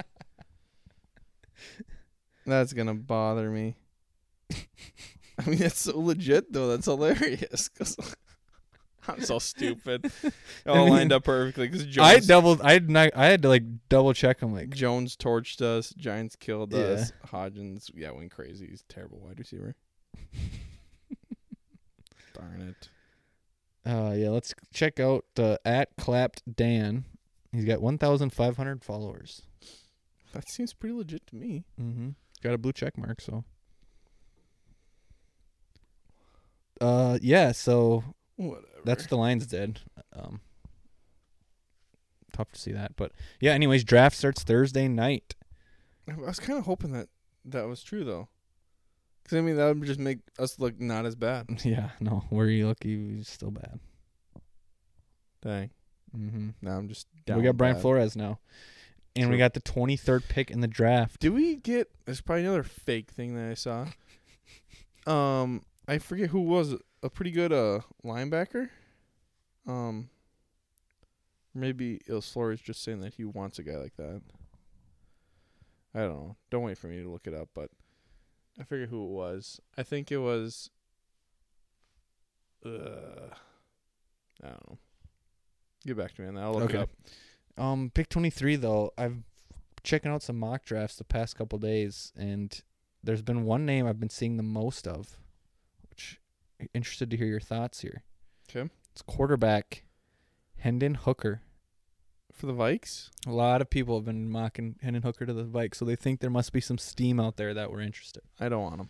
That's gonna bother me. I mean, that's so legit though. That's hilarious. Cause I'm so stupid. It all mean, lined up perfectly. Cause I Jones, doubled. I had not, I had to like double check. I'm like, Jones torched us. Giants killed Yeah. us. Hodgins, yeah, went crazy. He's a terrible wide receiver. Darn it. uh, yeah. Let's check out uh, at clapped Dan. He's got 1,500 followers. That seems pretty legit to me. Mm-hmm. Got a blue check mark, so. Uh yeah, so Whatever. that's what the Lions did. Um, tough to see that, but yeah. Anyways, draft starts Thursday night. I was kind of hoping that that was true though, because I mean that would just make us look not as bad. Yeah, no, where you lucky, we still bad. Dang. Mm-hmm. Now I'm just down. We got Brian bad. Flores now, and we True. got the twenty third pick in the draft. Did we get? There's probably another fake thing that I saw. um, I forget who was it, a pretty good uh linebacker. Um, maybe Il Flores just saying that he wants a guy like that. I don't know. Don't wait for me to look it up, but I forget who it was. I think it was. Uh, I don't know. Get back to me on that. I'll look Okay. it up. Um, pick twenty three though. I've checking out some mock drafts the past couple days, and there's been one name I've been seeing the most of, which interested to hear your thoughts here. 'Kay. It's quarterback Hendon Hooker. For the Vikes? A lot of people have been mocking Hendon Hooker to the Vikes, so they think there must be some steam out there that we're interested. I don't want him.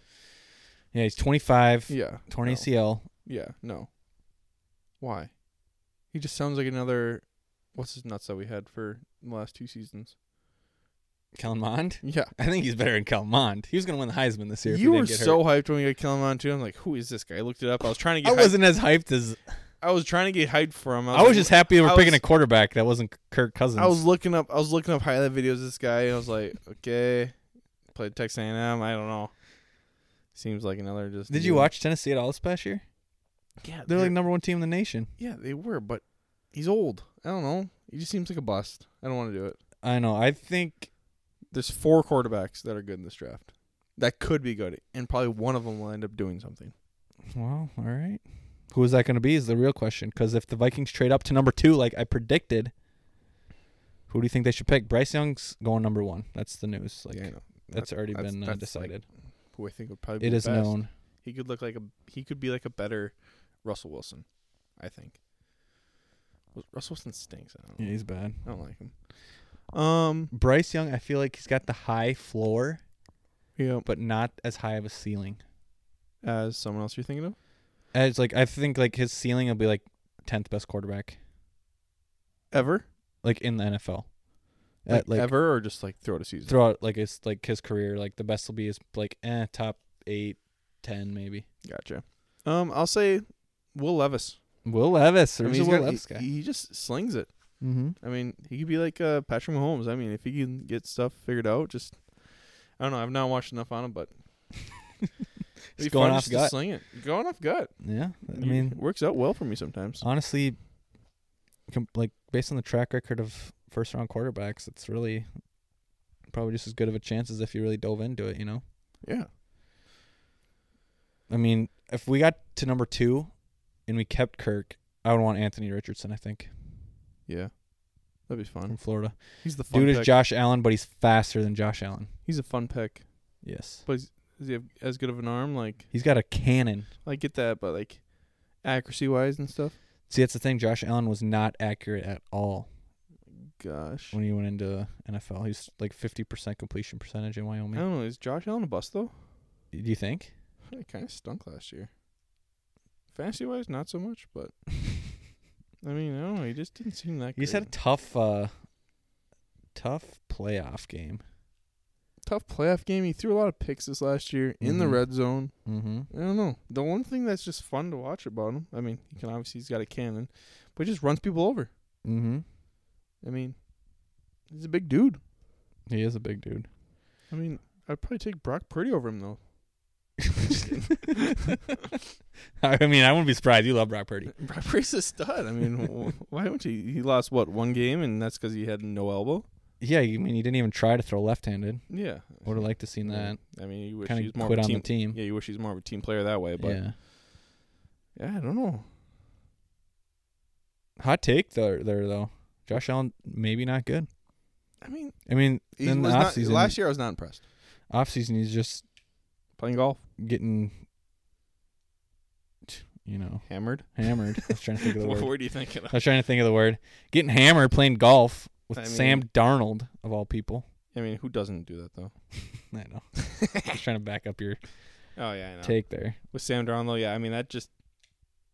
Yeah, he's 25, Yeah. torn no. ACL. Yeah, no. Why? He just sounds like another what's his nuts that we had for the last two seasons. Kellen Mond. Yeah. I think he's better than Kellen Mond. He was going to win the Heisman this year. if he you were didn't get so hurt. hyped when we got Kellen on too. I'm like, who is this guy? I looked it up. I was trying to get I hyped. wasn't as hyped as I was trying to get hyped for him. I was like, just happy we're I picking was- a quarterback that wasn't Kirk Cousins. I was looking up I was looking up highlight videos of this guy and I was like, okay. Played Texas A&M, I don't know. Seems like another just Did you dude. watch Tennessee at all this past year? Yeah, They're like number one team in the nation. Yeah, they were, but he's old. I don't know. He just seems like a bust. I don't want to do it. I know. I think There's four quarterbacks that are good in this draft. That could be good, and probably one of them will end up doing something. Well, all right. Who is that going to be is the real question. Because if the Vikings trade up to number two, like I predicted, who do you think they should pick? Bryce Young's going number one. That's the news. Like yeah, I know. that's already that's- been uh, that's, like, decided. Who I think would probably be it the is best. known. He could look like a he could be like a better Russell Wilson, I think. Well, Russell Wilson stinks. I don't, Yeah, he's bad. I don't like him. Um. Bryce Young, I feel like he's got the high floor, Yeah. but not as high of a ceiling. As someone else you're thinking of? And It's like I think like his ceiling will be like tenth best quarterback, Ever? like in the NFL. At, Like, like ever or just like throughout a season? throughout like his like his career, like the best will be his like eh, top eight, ten maybe. Gotcha. Um, I'll say Will Levis. Will Levis, I there's mean, he's a Will got- Levis he- guy. He, just slings it. mm-hmm. I mean, he could be like uh, Patrick Mahomes. I mean, if he can get stuff figured out, just I don't know. I've not watched enough on him, but He's it'd be going fun off just to gut. sling it. Going off gut. Yeah, I You- mean, uh, it works out well for me sometimes. honestly, com- like based on the track record of first round quarterbacks, it's really probably just as good of a chance as if you really dove into it. You know, yeah. I mean, if we got to number two and we kept Kirk, I would want Anthony Richardson. I think Yeah. That'd be fun. from Florida. He's the fun Dude pick. is Josh Allen, but he's faster than Josh Allen. he's a fun pick. Yes, But he's, does he have as good of an arm? Like, he's got a cannon. I get that, but like accuracy wise and stuff. See, that's the thing. Josh Allen was not accurate at all Gosh. when he went into NFL. He's like fifty percent completion percentage in I Wyoming. don't know. Is Josh Allen a bust though? Do you think? He kind of stunk last year. Fantasy wise, not so much, but I mean, I don't know. He just didn't seem that. He's had great. a tough, uh, tough playoff game. tough playoff game. He threw a lot of picks this last year in the Mhm. red zone. Mm-hmm. I don't know. The one thing that's just fun to watch about him, I mean, he can obviously he's got a cannon, but he just runs people over. Mm-hmm. I mean, he's a big dude. He is a big dude. I mean, I'd probably take Brock Purdy over him though. I mean, I wouldn't be surprised. You love Brock Purdy. Brock Purdy's a stud. I mean, wh- why wouldn't you? He lost what one game, and that's because he had no elbow. Yeah, I mean, he didn't even try to throw left-handed. Yeah, Would have liked to seen that. I mean, you wish Kind he's of more quit of a on team. the team. Yeah, you wish he's more of a team player that way, but yeah, yeah. I don't know. Hot take there, there though. Josh Allen maybe not good. I mean, I mean, he in the was not, offseason, last year I was not impressed. offseason he's just Playing golf, getting, you know, hammered. hammered. I was trying to think of the what word. were you thinking? Of? I was trying to think of the word. Getting hammered playing golf with I Sam mean- Darnold of all people. I mean, who doesn't do that though? I know. I was trying to back up your Oh yeah, I know. take there. With Sam Darnold, though, yeah, I mean that just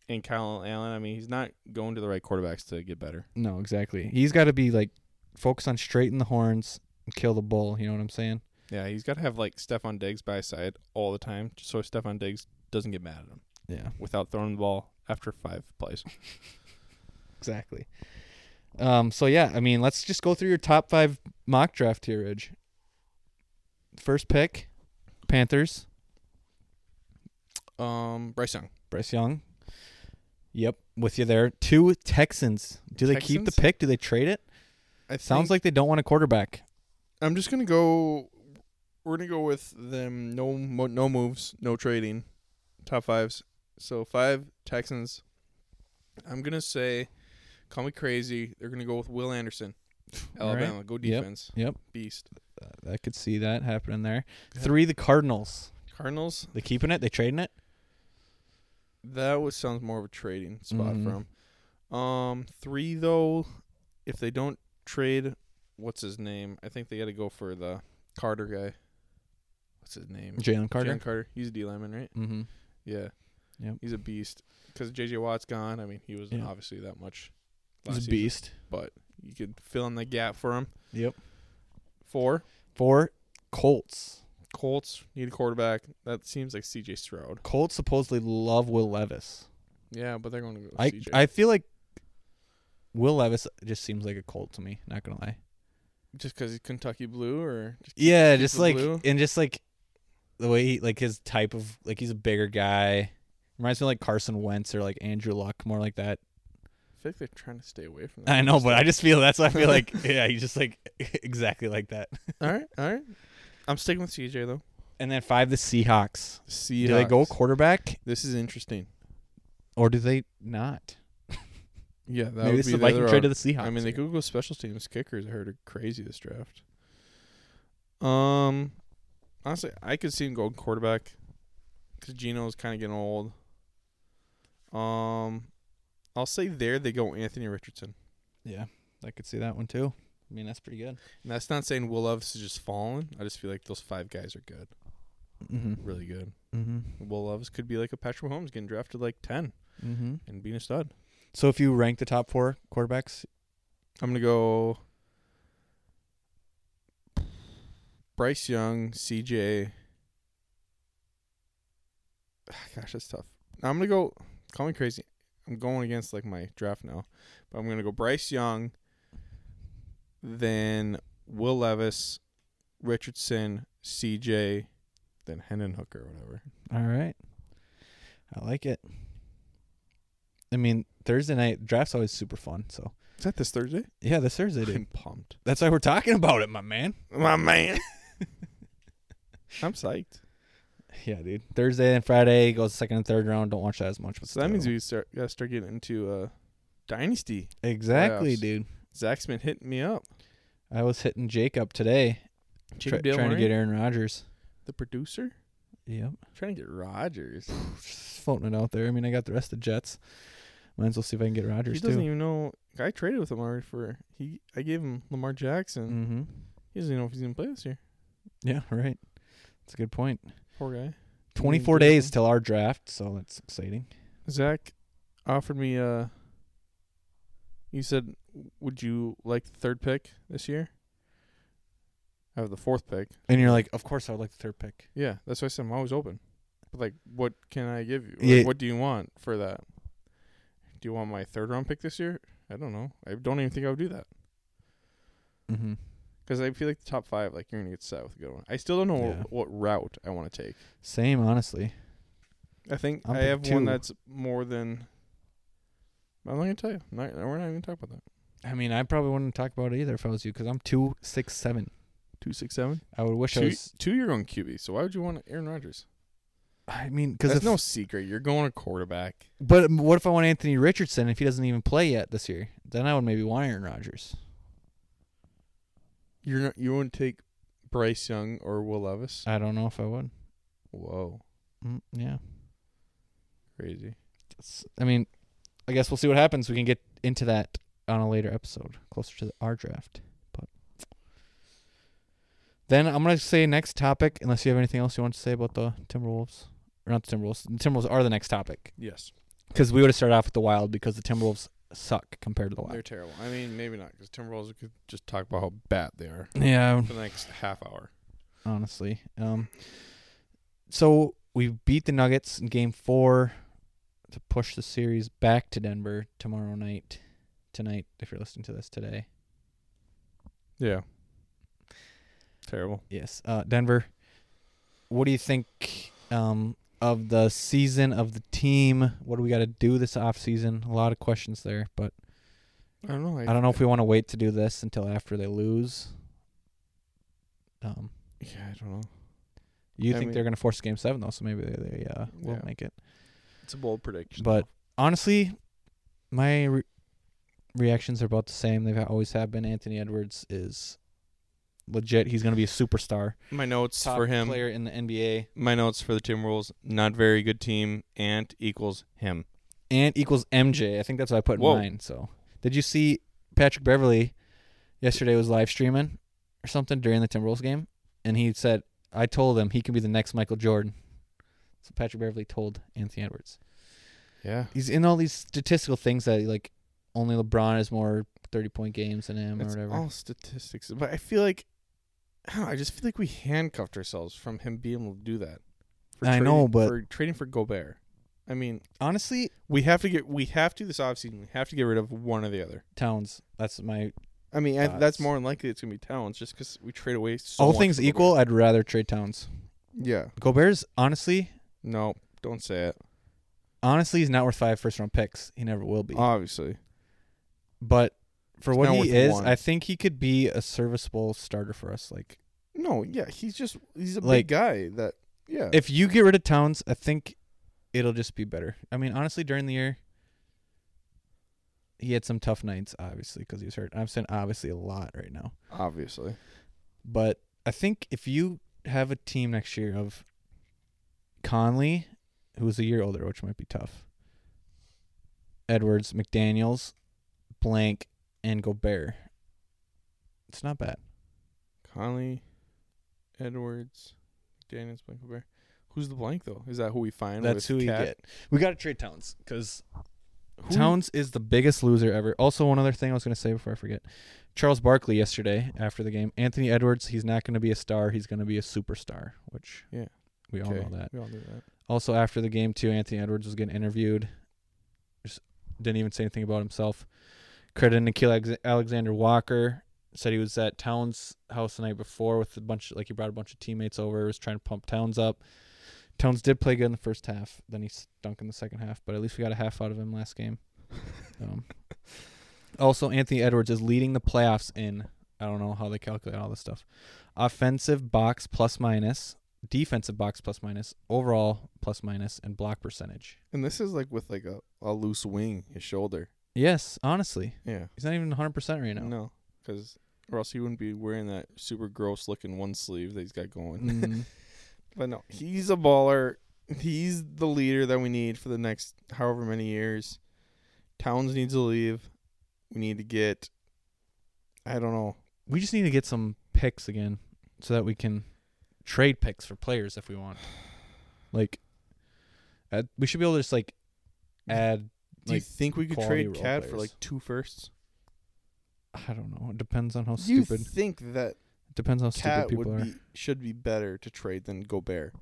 and Kyle Allen. I mean, he's not going to the right quarterbacks to get better. No, exactly. He's got to be like focus on straighten the horns and kill the bull. You know what I'm saying? Yeah, he's got to have like Stefan Diggs by his side all the time, just so Stefan Diggs doesn't get mad at him Yeah, without throwing the ball after five plays. exactly. Um. So yeah, I mean, let's just go through your top five mock draft here, Ridge. First pick, Panthers, Um, Bryce Young. Bryce Young. Yep, with you there. Two Texans. Do they keep the Texans? pick? Do they trade it? I Sounds like they don't want a quarterback. I'm just gonna go. We're gonna go with them. No, mo- no moves, no trading. Top fives. So five Texans. I'm gonna say, call me crazy. They're gonna go with Will Anderson, All right. Alabama. Go defense. Yep. Beast. Uh, I could see that happening there. Yeah. Three, the Cardinals. Cardinals. They keeping it? They trading it? That was sounds more of a trading spot Mhm. from. Um, three though. If they don't trade, what's his name? I think they got to go for the Carter guy. What's his name? Jalen Carter. Jalen Carter. He's a D lineman, right? Mm-hmm. Yeah. Yep. He's a beast. Because JJ Watt's gone. I mean, he wasn't Yeah. obviously that much. He's last a season, beast. but you could fill in the gap for him. Yep. Four Four Colts. Colts need a quarterback. That seems like C.J. Stroud. Colts supposedly love Will Levis. Yeah, but they're going to go. with I CJ. I feel like Will Levis just seems like a Colt to me. Not gonna lie. just because he's Kentucky blue, or just, Yeah, keep just the like blue. and just like the way he like his type of like he's a bigger guy. Reminds me of like Carson Wentz or like Andrew Luck, more like that. I feel like they're trying to stay away from that. I know, but I just feel that's what I feel like. Yeah, he's just like exactly like that. all right, all right. I'm sticking with CJ though. And then five, the Seahawks. Seahawks. Do they go quarterback? This is interesting. Or do they not? Yeah, that would Maybe this be is the the Viking other trade op- to the Seahawks. I mean, they here. could go special teams kickers. I heard are crazy this draft. Um, Honestly, I could see him going quarterback because Geno's kind of getting old. Um, I'll say there they go Anthony Richardson. Yeah, I could see that one too. I mean, that's pretty good. And that's not saying Will Levis is just fallen. I just feel like those five guys are good, Mm-hmm. really good. Mm-hmm. Will Levis could be like a Patrick Mahomes getting drafted like ten Mm-hmm. and being a stud. So if you rank the top four quarterbacks, I'm gonna go Bryce Young, CJ. Ah, Gosh, that's tough. Now I'm gonna go. Call me crazy. I'm going against like my draft now, but I'm gonna go Bryce Young, then Will Levis, Richardson, CJ, then Hendon Hooker, or whatever. all right, I like it. I mean, Thursday night draft's always super fun. So Is that this Thursday? yeah, this Thursday, dude. I'm pumped, That's why we're talking about it, my man. my man. I'm psyched. Yeah, dude. Thursday and Friday goes second and third round. Don't watch that as much. But So that means still. we start gotta start getting into uh dynasty. exactly, playoffs. dude. Zach's been hitting me up. I was hitting Jake up today, try- Jacob Dale trying Murray, to get Aaron Rodgers. the producer, Yep, trying to get Rogers. just floating it out there. I mean, I got the rest of Jets. Might as well see if I can get He Rodgers doesn't too. even know. I traded with him already for he. I gave him Lamar Jackson. Mm-hmm. He doesn't even know if he's gonna play this year. Yeah, right. That's a good point. Poor guy. 24 Didn't do days anything. till our draft, so that's exciting. Zach offered me. Uh, he said, "Would you like the third pick this year?" I have the fourth pick. And you're like, of course I would like the third pick. Yeah, that's why I said I'm always open. But like, what can I give you? Like, Yeah. What do you want for that? Do you want my third round pick this year? I don't know. I don't even think I would do that Mm-hmm. because I feel like the top five, like you're gonna get set with a good one. I still don't know Yeah. what, what route I want to take. Same, honestly. I think I'm i pick have one two. that's more than. I'm not gonna tell you. Not, we're not even gonna talk about that. I mean, I probably wouldn't talk about it either if I was you, because I'm two six seven. Two six seven. I would wish I Two, was. two year own QB. So why would you want Aaron Rodgers? I mean, That's because no secret. You're going a quarterback. But what if I want Anthony Richardson if he doesn't even play yet this year? Then I would maybe want Aaron Rodgers. You're not. You wouldn't take Bryce Young or Will Levis. I don't know if I would. Whoa, Mm, yeah. crazy. It's- I mean, I guess we'll see what happens. We can get into that on a later episode, closer to the, our draft. But then I'm gonna say next topic, unless you have anything else you want to say about the Timberwolves, or not the Timberwolves. The Timberwolves are the next topic Yes, because we would have started off with the Wild because the Timberwolves suck compared to the they're Wild. terrible. I mean, maybe not because Timberwolves could just talk about how bad they are Yeah, for the next half hour. honestly. Um, so we beat the Nuggets in Game Four to push the series back to Denver tomorrow night. Tonight, if you're listening to this today, Yeah, terrible. yes, uh, Denver. What do you think um, of the season of the team? What do we got to do this off season? A lot of questions there, but I don't know. I don't know if we want to wait to do this until after they lose. Um, Yeah, I don't know. you I think mean- they're going to force Game Seven though, so maybe they, they uh, will Yeah. make it. It's a bold prediction, But honestly, my re- reactions are about the same. They've always have been. Anthony Edwards is legit. He's going to be a superstar. my notes Top for him. player in the NBA. my notes for the Timberwolves: not very good team. Ant equals him. And equals MJ. I think that's what I put in Whoa. mine. So, did you see Patrick Beverly yesterday was live streaming or something during the Timberwolves game, and he said, "I told him he can be the next Michael Jordan." So Patrick Beverly told Anthony Edwards. yeah, He's in all these statistical things that like only LeBron is more thirty point games than him it's or whatever. all statistics. But I feel like I don't know. I just feel like we handcuffed ourselves from him being able to do that. For I trading- know, but- for trading for Gobert, I mean, Honestly, we have to get we have to this offseason. We have to get rid of one or the other. Towns. That's my I mean, I, that's Thoughts? more than likely it's gonna be Towns, just because we trade away. So all much things for Gobert. equal. I'd rather trade Towns. Yeah. Gobert's honestly, No, don't say it. honestly, he's not worth five first round picks. He never will be. Obviously. but for he's what not he worth is, one. I think he could be a serviceable starter for us. Like No, yeah, he's just he's a Like- big guy that yeah. if you get rid of Towns, I think it'll just be better. I mean, honestly, during the year, he had some tough nights, obviously, because he was hurt. I'm saying obviously a lot right now. Obviously. But I think if you have a team next year of Conley, who's a year older, which might be tough, Edwards, McDaniels, Blank, and Gobert, it's not bad. Conley, Edwards, Daniels, blank Bear. Who's the blank though? Is that who we find? That's who with we Cat? get. We got to trade Towns because Who- Towns is the biggest loser ever. Also, one other thing I was going to say before I forget Charles Barkley yesterday after the game. Anthony Edwards, he's not going to be a star. He's going to be a superstar, which Yeah. we all Okay, know that. We all knew that. Also, after the game, too, Anthony Edwards was getting interviewed. Just didn't even say anything about himself. Credit Nikhil Alex- Alexander Walker. Said he was at Towns' house the night before with a bunch, like he brought a bunch of teammates over, was trying to pump Towns up. Towns did play good in the first half. Then he stunk in the second half, but at least we got a half out of him last game. Um, also, Anthony Edwards is leading the playoffs in I don't know how they calculate all this stuff. Offensive box plus minus, defensive box plus minus, overall plus minus, and block percentage. And this is like with like a, a loose wing, his shoulder. Yes, honestly, Yeah. he's not even 100 percent right now. No, because or else he wouldn't be wearing that super gross looking one sleeve that he's got going. Mm, But no, he's a baller. He's the leader that we need for the next however many years. Towns needs to leave. We need to get. I don't know. we just need to get some picks again, so that we can trade picks for players if we want. Like, uh, we should be able to just like Mm. add. Do Like, you think we could quality trade role Cat for players. like two firsts? I don't know. It depends on how Do you stupid. think that depends how stupid Cat people would are. be should be better to trade than Gobert?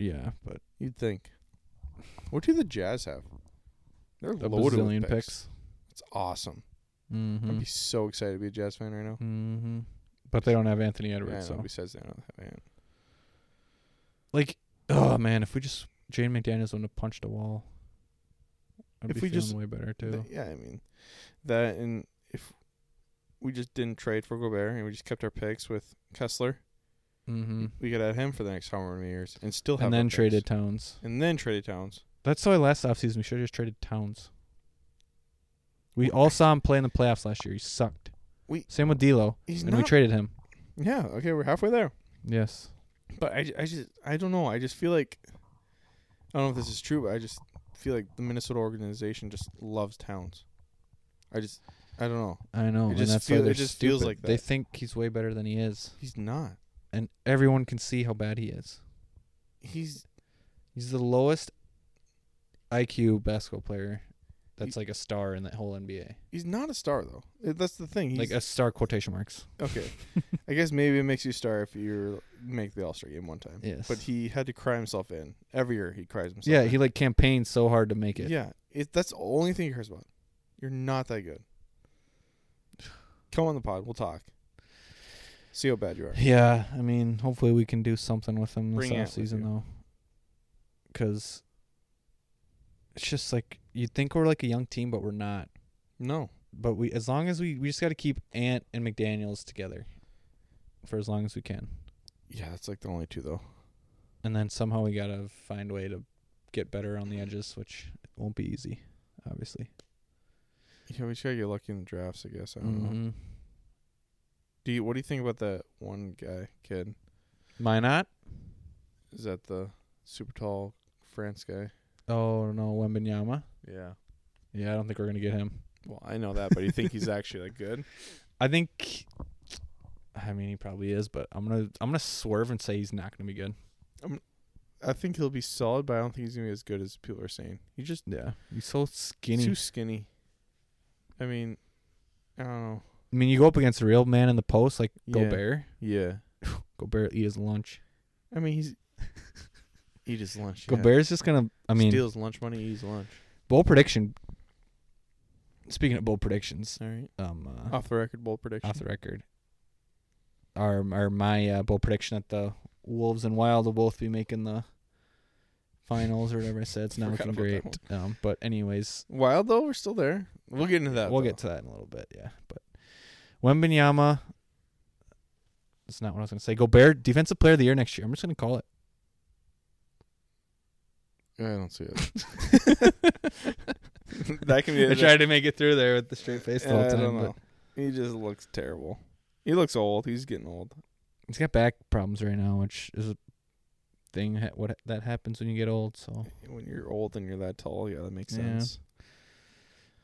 yeah, but You'd think. What do the Jazz have? They're a loaded bazillion with picks. picks. It's awesome. Mm-hmm. I'd be so excited to be a Jazz fan right now. Mm-hmm. But they don't have Anthony Yeah, I Edwards, know, so besides that, I don't have- man. like, oh man, if we just Jaden McDaniels wouldn't have punched a wall, I'd If be we feeling just- way better too. Th- yeah, I mean that, and if we just didn't trade for Gobert and we just kept our picks with Kessler, mm-hmm. we could have him for the next however many years and still have And our then picks. traded Towns. and then traded Towns. That's why last offseason we should have just traded Towns. We all saw him play in the playoffs last year. He sucked. We- same with D'Lo, He's and not. we traded him. yeah, okay, we're halfway there. Yes. But I, ju- I just I don't know. I just feel like I don't know if this is true, but I just feel like the Minnesota organization just loves Towns. I just I don't know. I know. It and just that's feel- why they're it just feels stupid. like They that. think he's way better than he is, He's not. and everyone can see how bad he is. He's He's the lowest IQ basketball player that's like a star in that whole NBA. he's not a star though. Uh, That's the thing. He's, like a star quotation marks. okay. I guess maybe it makes you a star if you make the All Star game one time. Yes. But he had to cry himself in every year. He cries himself. yeah, in. he like campaigned so hard to make it. Yeah, it, that's the only thing he cares about. You're not that good. Come on the pod. We'll talk. See how bad you are. Yeah, I mean, hopefully we can do something with him this Bring it with offseason you. though. Cuz it's just like you'd think we're like a young team but we're not. No. But we as long as we we just got to keep Ant and McDaniels together for as long as we can. Yeah, that's like the only two though. and then somehow we gotta find a way to get better on the edges, which won't be easy, obviously. Yeah, we just gotta get lucky in the drafts, I guess. I don't Mm-hmm. know. Do you? What do you think about that one guy kid? Why not? Is that the super tall France guy? Oh no, Wembenyama. Yeah. Yeah, I don't think we're gonna get him. Well, I know that, but you think he's actually like good? I think. I mean, he probably is, but I'm gonna I'm gonna swerve and say he's not gonna be good. I think he'll be solid, but I don't think he's gonna be as good as people are saying. He just Yeah, he's so skinny. too skinny. I mean, I don't know. I mean, you go up against a real man in the post like Yeah. Gobert. Yeah. Gobert will eat his lunch. I mean, he's eat his lunch. yeah. Gobert's just gonna. I mean, steals lunch money, eat his lunch. bowl prediction. Speaking of bowl predictions, All right. um, uh, Off the record, bold prediction. off the record. Our our my uh, bold prediction that the Wolves and Wild will both be making the finals or whatever I said. It's not Forgot looking about great. that Um, but anyways, Wild though, we're still there. We'll get into that. we'll though. get to that in a little bit. Yeah, but Wembenyama. That's not what I was gonna say. Gobert, defensive player of the year next year. I'm just gonna call it. I don't see it. that can be. I tried to make it through there with the straight face the whole I time. don't but know. He just looks terrible. He looks old. He's getting old. he's got back problems right now, which is a thing ha- what that happens when you get old. So, When you're old and you're that tall, yeah, that makes Yeah. sense.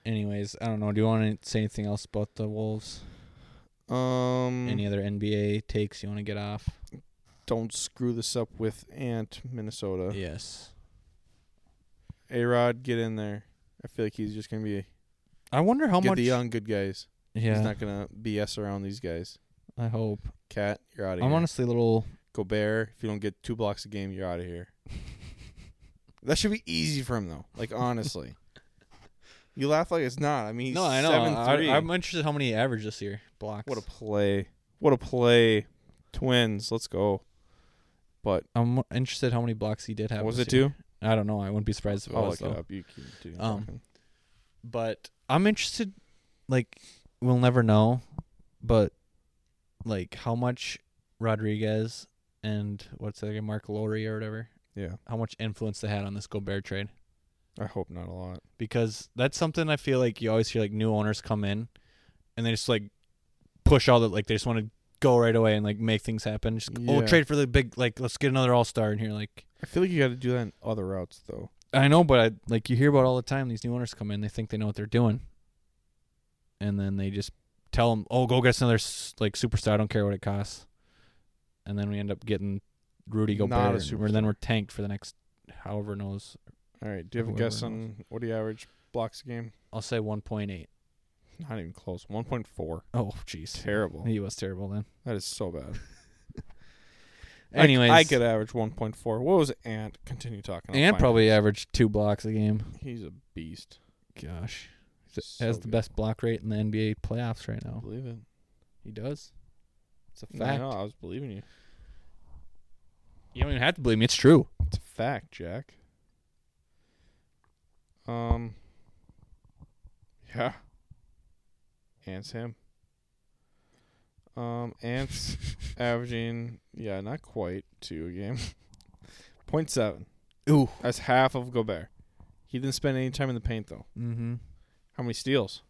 anyways, I don't know. Do you want to say anything else about the Wolves? Um, Any other NBA takes you want to get off? don't screw this up with Ant Minnesota. Yes. A Rod, get in there. I feel like he's just gonna be I wonder how get much. the young good guys. yeah, He's not gonna BS around these guys. I hope. Cat, you're out of I'm here. honestly a little. Gobert, if you don't get two blocks a game, you're out of here. that should be easy for him though. Like honestly, you laugh like it's not. I mean, he's no, I know. Seven, three. I, I'm interested how many he averaged this year blocks. What a play! What a play! Twins, let's go. But I'm interested how many blocks he did have. was this it year. two? Oh, I don't know. I wouldn't be surprised if it I'll was look though. it up. You keep doing Um, talking. but I'm interested. Like, we'll never know, but like how much Rodriguez and what's the other guy, Mark Lowry or whatever, Yeah, how much influence they had on this Gobert trade? I hope not a lot. Because that's something I feel like you always hear like new owners come in, and they just like push all the like they just want to go right away and like make things happen. Just oh Yeah. trade for the big like let's get another All Star in here like. I feel like you got to do that in other routes though. I know, but I, like you hear about all the time, these new owners come in, they think they know what they're doing, and then they just tell them, "Oh, go get us another s- like superstar. I don't care what it costs," and then we end up getting Rudy Not a Gobert, and we're- then we're tanked for the next however knows. All right, do you have a Whoever guess knows. on what do you average blocks a game? I'll say one point eight. Not even close. One point four. Oh, jeez, Terrible. he was terrible then. That is so bad. I c- Anyways, I, could average 1.4. What was Ant? Continue talking. I'll and find probably averaged two blocks a game. it. he's a beast. Gosh, So has the good. best block rate in the NBA playoffs right now. Believe it. He does. It's a No, I fact. know, I was believing you. You don't even have to believe me. It's true. It's a fact, Jack. Um. Yeah. Ant's him. Um, Ant's averaging yeah, not quite two a game. Point seven. Ooh. That's half of Gobert. He didn't spend any time in the paint though. Mm-hmm. How many steals?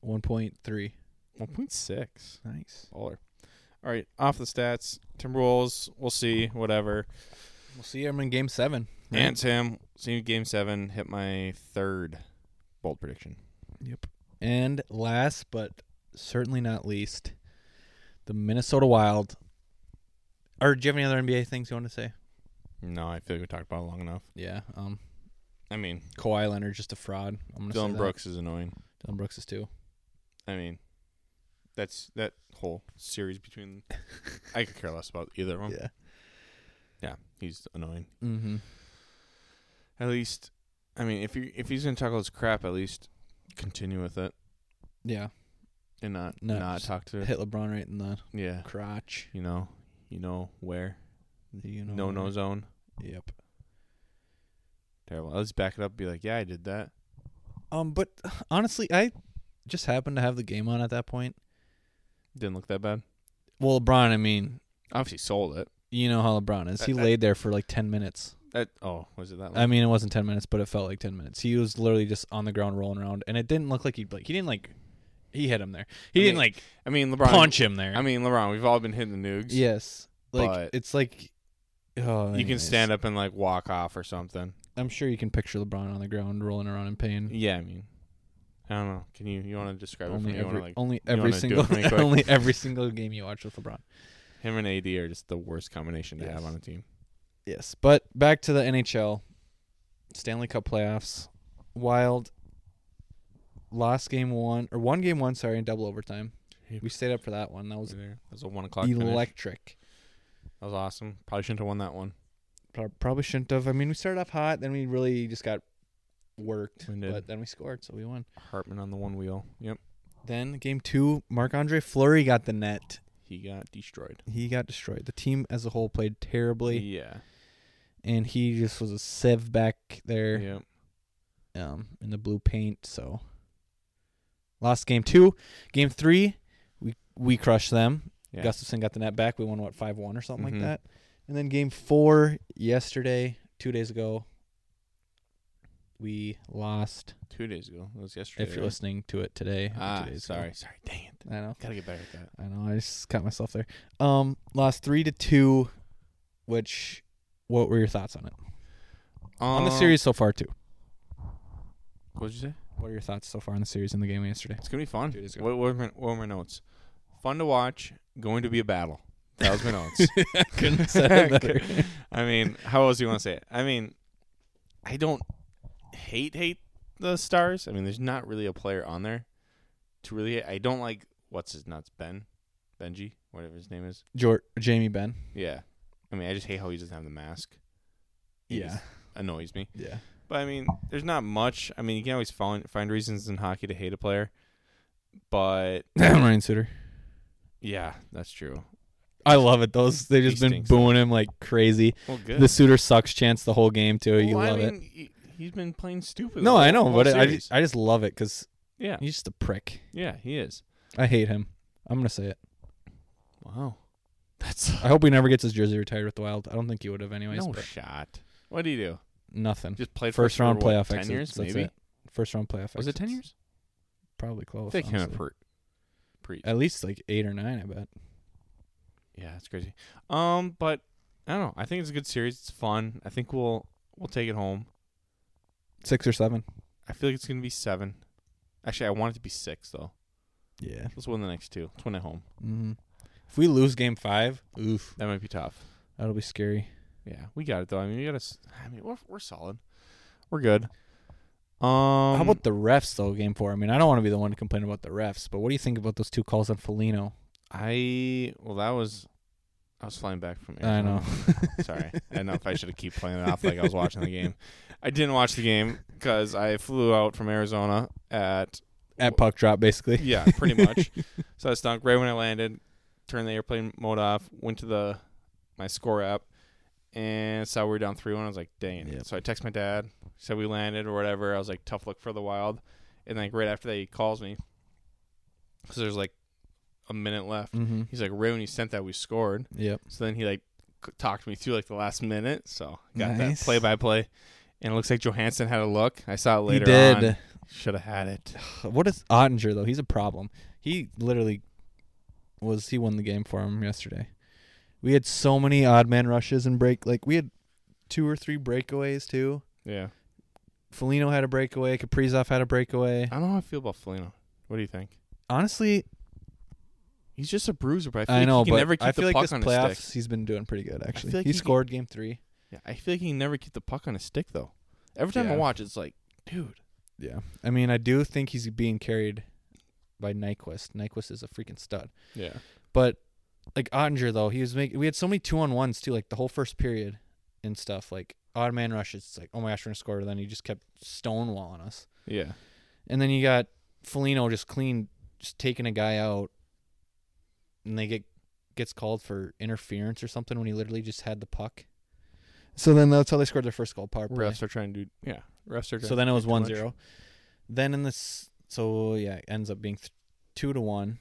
One point three. One point six. Nice. Baller. All right, off the stats. Timberwolves, we'll see. Whatever. We'll see him in game seven. right? And Tim, see you game seven. Hit my third bold prediction. And last but certainly not least, the Minnesota Wild. Or do you have any other NBA things you want to say? No, I feel like we talked about it long enough. Yeah. Um I mean, Kawhi Leonard just a fraud. I'm gonna Dylan say Brooks is annoying. That. Dylan Brooks is too. I mean, that's that whole series between. I could care less about either one. Yeah. Yeah, he's annoying. Mm-hmm. At least, I mean, if you if he's gonna talk all this crap, at least continue with it Yeah. and not No, not just talk to Hit LeBron right in the yeah. crotch. You know, you know where Do you know no where? no zone. Yep. Terrible. Let's back it up. And be like, yeah, I did that. Um, but honestly, I just happened to have the game on at that point. Didn't look that bad. Well, LeBron, I mean, Obviously sold it. you know how LeBron is. He I- I- laid there for like ten minutes. That oh, was it that? I long? mean, it wasn't ten minutes, but it felt like ten minutes. He was literally just on the ground rolling around, and it didn't look like he like he didn't like he hit him there. He I didn't mean, like I mean, LeBron. punch him there. I mean, LeBron. We've all been hitting the nukes. yes, like but- it's like oh, You can stand up and like walk off or something. I'm sure you can picture LeBron on the ground rolling around in pain. Yeah, I mean, I don't know. Can you you want to describe it? For Only me? You every, wanna, like, only you every wanna do single it for me quick? only every single game you watch with LeBron. him and AD are just the worst combination to have Yes. on a team. Yes, but back to the NHL Stanley Cup playoffs. Wild lost game one or one game one, sorry, in double overtime. We stayed up for that one. That was That was a one o'clock. finish. electric. That was awesome. Probably shouldn't have won that one. Pro- probably shouldn't have. I mean, we started off hot, then we really just got worked, We did. but then we scored, so we won. Hartman on the one wheel. Yep, Then game two, Marc Andre Fleury got the net. he got destroyed. He got destroyed. The team as a whole played terribly, Yeah. and he just was a sieve back there Yep. um, in the blue paint. So lost game two, game three, we we crushed them. Yeah. Gustafson got the net back. We won what five one or something Mhm. like that. And then game four yesterday, two days ago, we lost. Two days ago. It was yesterday. If you're right? listening to it today, or ah, two days ago. sorry, sorry. Dang it. I know. Gotta get better at that. I know. I just caught myself there. Um, lost three to two. Which, what were your thoughts on it? on the Um, series so far, too. What'd you say? What are your thoughts so far on the series in the game yesterday? It's gonna be fun. Two days ago. What, what, were my, what were my notes? Fun to watch. Going to be a battle. That was my notes. I couldn't have said it better. I mean, how else do you want to say it? I mean, I don't hate hate the stars. I mean, there's not really a player on there to really. hate. I don't like what's his nuts Ben, Benji, whatever his name is. Jor- Jamie Ben. Yeah, I mean, I just hate how he doesn't have the mask. He Yeah. just annoys me. Yeah. But I mean, there's not much. I mean, you can always find find reasons in hockey to hate a player. But Ryan Suter. yeah, that's true. I love it. Those they He just been stinks. booing him like crazy. Well, good. The Suter sucks chance the whole game too. you Well, love I it. mean, he- He's been playing stupid. No, the I whole- know, whole but I, I series. just, I just love it because yeah, he's just a prick. yeah, he is. I hate him. I'm gonna say it. Wow, that's I hope he never gets his jersey retired with the Wild. I don't think he would have anyways. no but shot. What do you do? nothing. Just played for first for round what, playoff Ten exits. years, that's maybe. it. First round playoff. Was it ten exits. years? Probably close. They came out honestly. pre. pre- At least like eight or nine, I bet. yeah, that's crazy. Um, but I don't know. I think it's a good series. It's fun. I think we'll we'll take it home. Six or seven. I feel like it's gonna be seven. Actually, I want it to be six though. Yeah. Let's win the next two. Let's win at home. hmm If we lose game five, oof, That might be tough. that'll be scary. Yeah, we got it though. I mean, we got us. I mean, we're we're solid. We're good. Um, How about the refs though? Game four. I mean, I don't want to be the one to complain about the refs, but what do you think about those two calls on Felino? I well that was I was flying back from I know. Arizona. Sorry. I don't know if I should have keep playing it off like I was watching the game. I didn't watch the game cuz I flew out from Arizona at At puck drop, basically. yeah, pretty much. so I stunk right when I landed, turned the airplane mode off, went to the my score app and saw we were down 3-1. I was like, "Dang." it. Yep. So I text my dad, said we landed or whatever. I was like, "Tough luck for the Wild." And like right after that he calls me. Cuz there's like a minute left. Mm-hmm. He's like, right when you sent that, we scored. Yep. So then he like c- talked me through like the last minute. So got Nice. that play by play, and it looks like Johansson had a look. I saw it later. he did. on. Should have had it. What is Ottinger though? He's a problem. He literally was. He won the game for him yesterday. We had so many odd man rushes and break. Like we had two or three breakaways too. Yeah, Felino had a breakaway. Kaprizov had a breakaway. I don't know how I feel about Felino. What do you think? Honestly, He's just a bruiser, but I feel I, like know, he can but never keep I the feel like puck this on playoffs his stick. he's been doing pretty good actually. like he he can- scored game three. Yeah, I feel like he can never keep the puck on his stick though. Every time I Yeah. watch, it's like, dude, Yeah. I mean, I do think he's being carried by Nyquist. Nyquist is a freaking stud. yeah, But like Ottinger though, he was making we had so many two on ones too, like the whole first period and stuff. Like odd man rushes, it's like, oh my gosh, we're gonna score. Then he just kept stonewalling us. yeah, And then you got Felino just clean just taking a guy out and they get gets called for interference or something when he literally just had the puck. So then that's how they scored their first goal power play. refs are trying to do. Yeah, refs are. So then it was too much. 1-0. Then in this, so yeah, it ends up being th- two to one,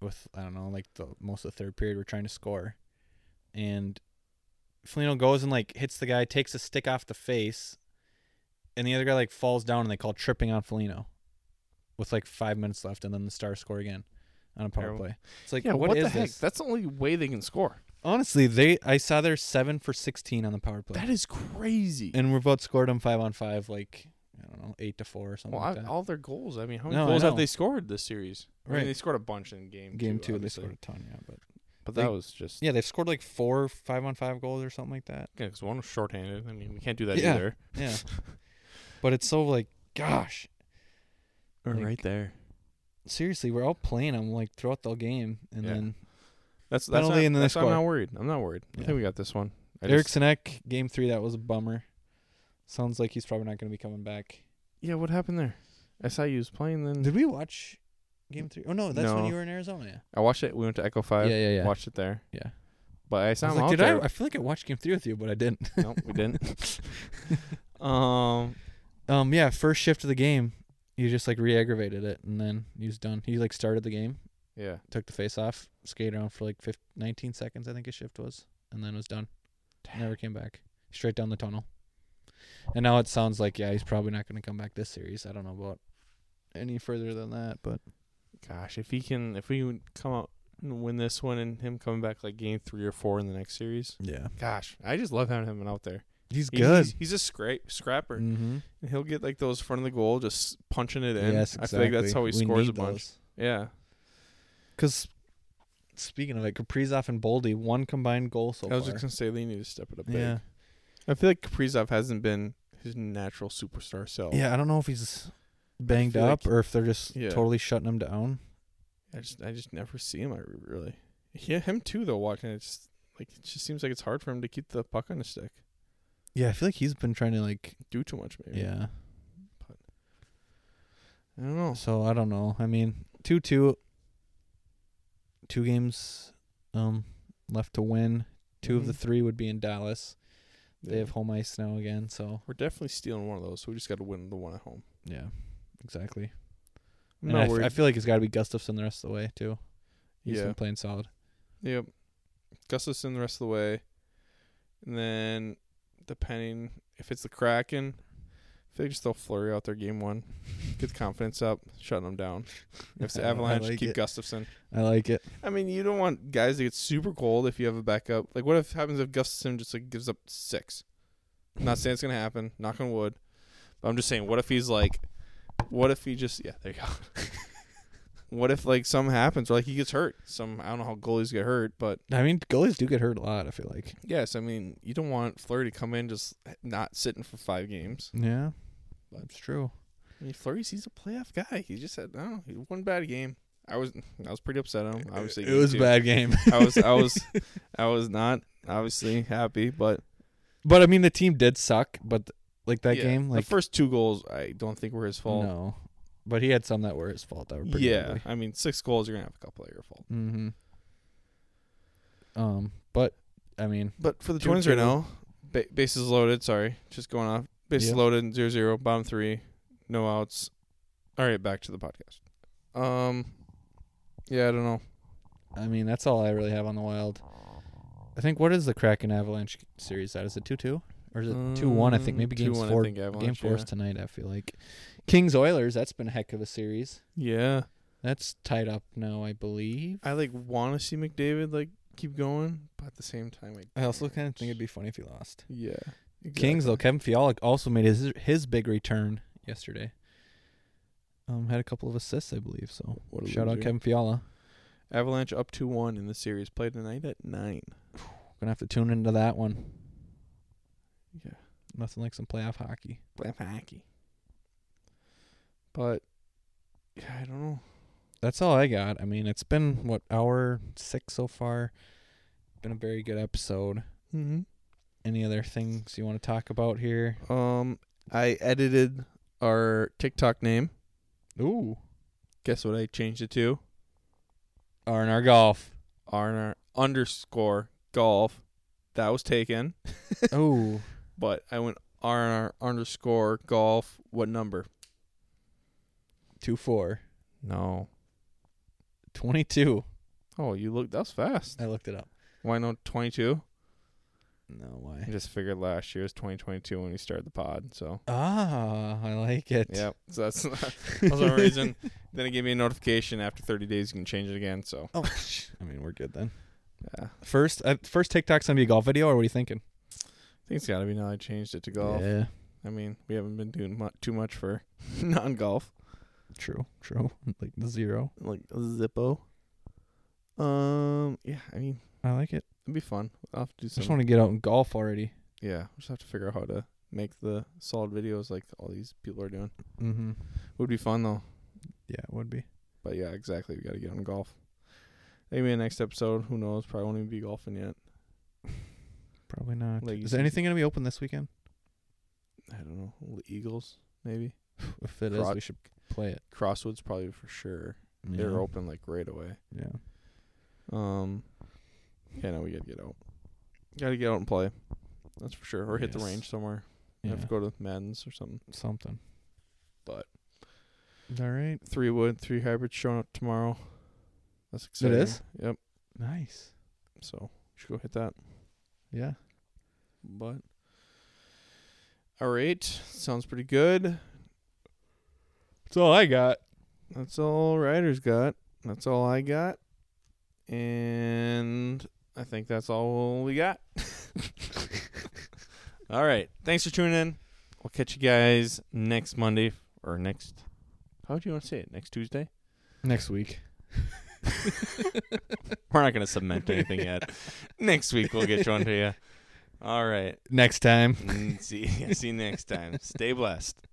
with I don't know, like the most of the third period we're trying to score, and Felino goes and like hits the guy, takes a stick off the face, and the other guy like falls down and they call tripping on Felino, with like five minutes left, and then the Stars score again on a power Terrible. play. It's like yeah, what, what is the heck? this? That's the only way they can score. Honestly, they I saw they're seven for sixteen on the power play, That is crazy. and we've outscored them five on five, like I don't know, eight to four or something. Well, like I, that. all their goals. I mean, how many No, I goals have know. they scored this series? I Right. mean, they scored a bunch in game game two. two, they obviously. scored a ton, yeah. But but they- that was just yeah, yeah, they've scored like four five on five goals or something like that. because one was shorthanded. I mean, we can't do that Yeah. either. Yeah. but it's so like, gosh, We're Like- right there. seriously, we're out playing them like throughout the game, and Yeah. then That's that's Penalty not, and then they that's why I'm score. not worried. I'm not worried. I Yeah. think we got this one. I Eric just- Sinek game three, that was a bummer. Sounds like he's probably not going to be coming back. yeah, what happened there? I saw you was playing. Then Did we watch game three? Oh no, that's when No. you were in Arizona. I watched it. We went to Echo Yeah, Five. yeah, yeah. yeah. Watched it there. Yeah. but I I saw was him like, out did there. I? I feel like I watched game three with you, but I didn't. no, we didn't. um, Um, yeah, first shift of the game, you just like re-aggravated it, and then he was done. He like started the game, yeah, took the face off, skated around for like 15, 19 seconds, I think his shift was, and then was done. Never came back. Straight down the tunnel. And now it sounds like yeah, he's probably not going to come back this series. I don't know about any further than that, but Gosh, if he can, if we would come out and win this one and him coming back like game three or four in the next series, yeah, gosh, I just love having him out there. he's He- good. He's, he's a scrape scrapper. Mm-hmm. And He'll get like those front of the goal, just punching it in. Yes, exactly. I feel like that's how he scores a bunch. Yeah, Because speaking of it, Kaprizov and Boldy, one combined goal so I was far. just gonna say they need to step it up. big. yeah, I feel like Kaprizov hasn't been his natural superstar self. yeah. I don't know if he's banged feel up like- or if they're just Yeah. totally shutting him down. I just I just never see him. I re- really, yeah, him too though. Watching it, just like it just seems like it's hard for him to keep the puck on his stick. Yeah, I feel like he's been trying to like Do too much maybe. yeah. I don't know. So I don't know. I mean, two two. Two games, um, left to win. 2 of the Mhm. three would be in Dallas. They Yeah. have home ice now again, so We're definitely stealing one of those. So we just got to win the one at home. yeah, exactly. I'm And not I, f- worried. I feel like it's got to be Gustafson the rest of the way too. He's yeah. been playing solid. Yep. Gustafson the rest of the way. And then depending if it's the Kraken, I feel like just throw Flurry out there game one. Get the confidence up, shutting them down. If it's the I Avalanche, like keep it. Gustafson. I like it. I mean, you don't want guys to get super cold if you have a backup. Like what if happens if Gustafson just like gives up six? I'm not saying it's gonna happen, knock on wood. But I'm just saying what if he's like what if he just yeah, there you go. what if like something happens or like he gets hurt? Some I don't know how goalies get hurt, but I mean, goalies do get hurt a lot. I feel like. Yes, I mean you don't want Flurry to come in just not sitting for five games. Yeah, But- that's true. I mean Flurry's he's a playoff guy. He just had I don't know, he had one bad game. I was I was pretty upset at him. Obviously, it game was a two. bad game, I was I was I was not obviously happy, but but I mean, the team did suck. But th- like that yeah, game, like the first two goals, I don't think were his fault. no, but he had some that were his fault. That were pretty yeah, ugly. I mean six goals, you're gonna have a couple of your fault. Mm-hmm. Um, but I mean, But for the Two- Twins right two. now, ba- bases loaded. Sorry, just going off. Bases Yeah. loaded, zero zero, bottom three, no outs. All right, back to the podcast. Um, yeah, I don't know. I mean that's all I really have on the Wild. I think what is the Kraken Avalanche series? That is it two two or is it two one? Mm, I think Um, maybe game 2-1, I four. think Avalanche, game four yeah. is tonight. I feel like Kings Oilers. That's been a heck of a series. Yeah, That's tied up now, I believe. I like want to see McDavid like keep going, but at the same time, like I also kind of think it'd be funny if he lost. yeah, Kings though, exactly. Kevin Fiala also made his his big return yesterday. Um, had a couple of assists, I believe. So What a shout out loser. Kevin Fiala. Avalanche up two one in the series. Play tonight at nine. Gonna have to tune into that one. Yeah. Nothing like some playoff hockey. Play hockey. But yeah, I don't know. That's all I got. I mean, it's been what hour six so far. Been a very good episode. Mm-hmm. Any other things you want to talk about here? Um, I edited our TikTok name. Ooh, Guess what I changed it to? R and R golf. RNR underscore golf. That was taken, Oh. Ooh, but I went RNR underscore golf. What number? two four. No. 22. Oh, you look. That's fast. I looked it up. Why no 22? No I why. just figured last year was 2022 when we started the pod. So, Ah, I like it. yep. So that's that's one reason. Then it gave me a notification after 30 days you can change it again. So, Oh, I mean, we're good then. yeah. I First, uh, first TikTok's gonna be a golf video, or what are you thinking? think it's got to be now I changed it to golf. Yeah, I mean, we haven't been doing mu- too much for non golf, true, true. Like zero. like Zippo. Um, yeah, I mean, I like it. it'd be fun. I'll have to do I just some. want to get out and golf already. yeah, we'll just have to figure out how to make the solid videos like all these people are doing. Mm-hmm. Would be fun though. Yeah, it would be. But yeah, exactly. We got to get on golf. Maybe the next episode, who knows? Probably won't even be golfing yet. Probably not. Like, is there anything gonna be open this weekend? I don't know. The Eagles, maybe. If it is, Crotch- we should play it. Crosswoods, probably for sure. They're open like right away. Yeah. Um, yeah, no, we gotta get out. Gotta get out and play. That's for sure. Or hit the Yes. range somewhere. Yeah. Have to go to Madden's or something. Something. But- All right. Three wood, three hybrids showing up tomorrow. That's It exciting. is? Yep. Nice. So should go hit that. Yeah. But All right, sounds pretty good. That's all I got. That's all Ryder's got. That's all I got. And I think that's all we got. All right. Thanks for tuning in. We'll catch you guys next Monday or next. How do you want to say it? Next Tuesday? Next week. We're not going to cement anything yet. next week we'll get you on to you. All right. Next time. Mm, See, see you next time. Stay blessed.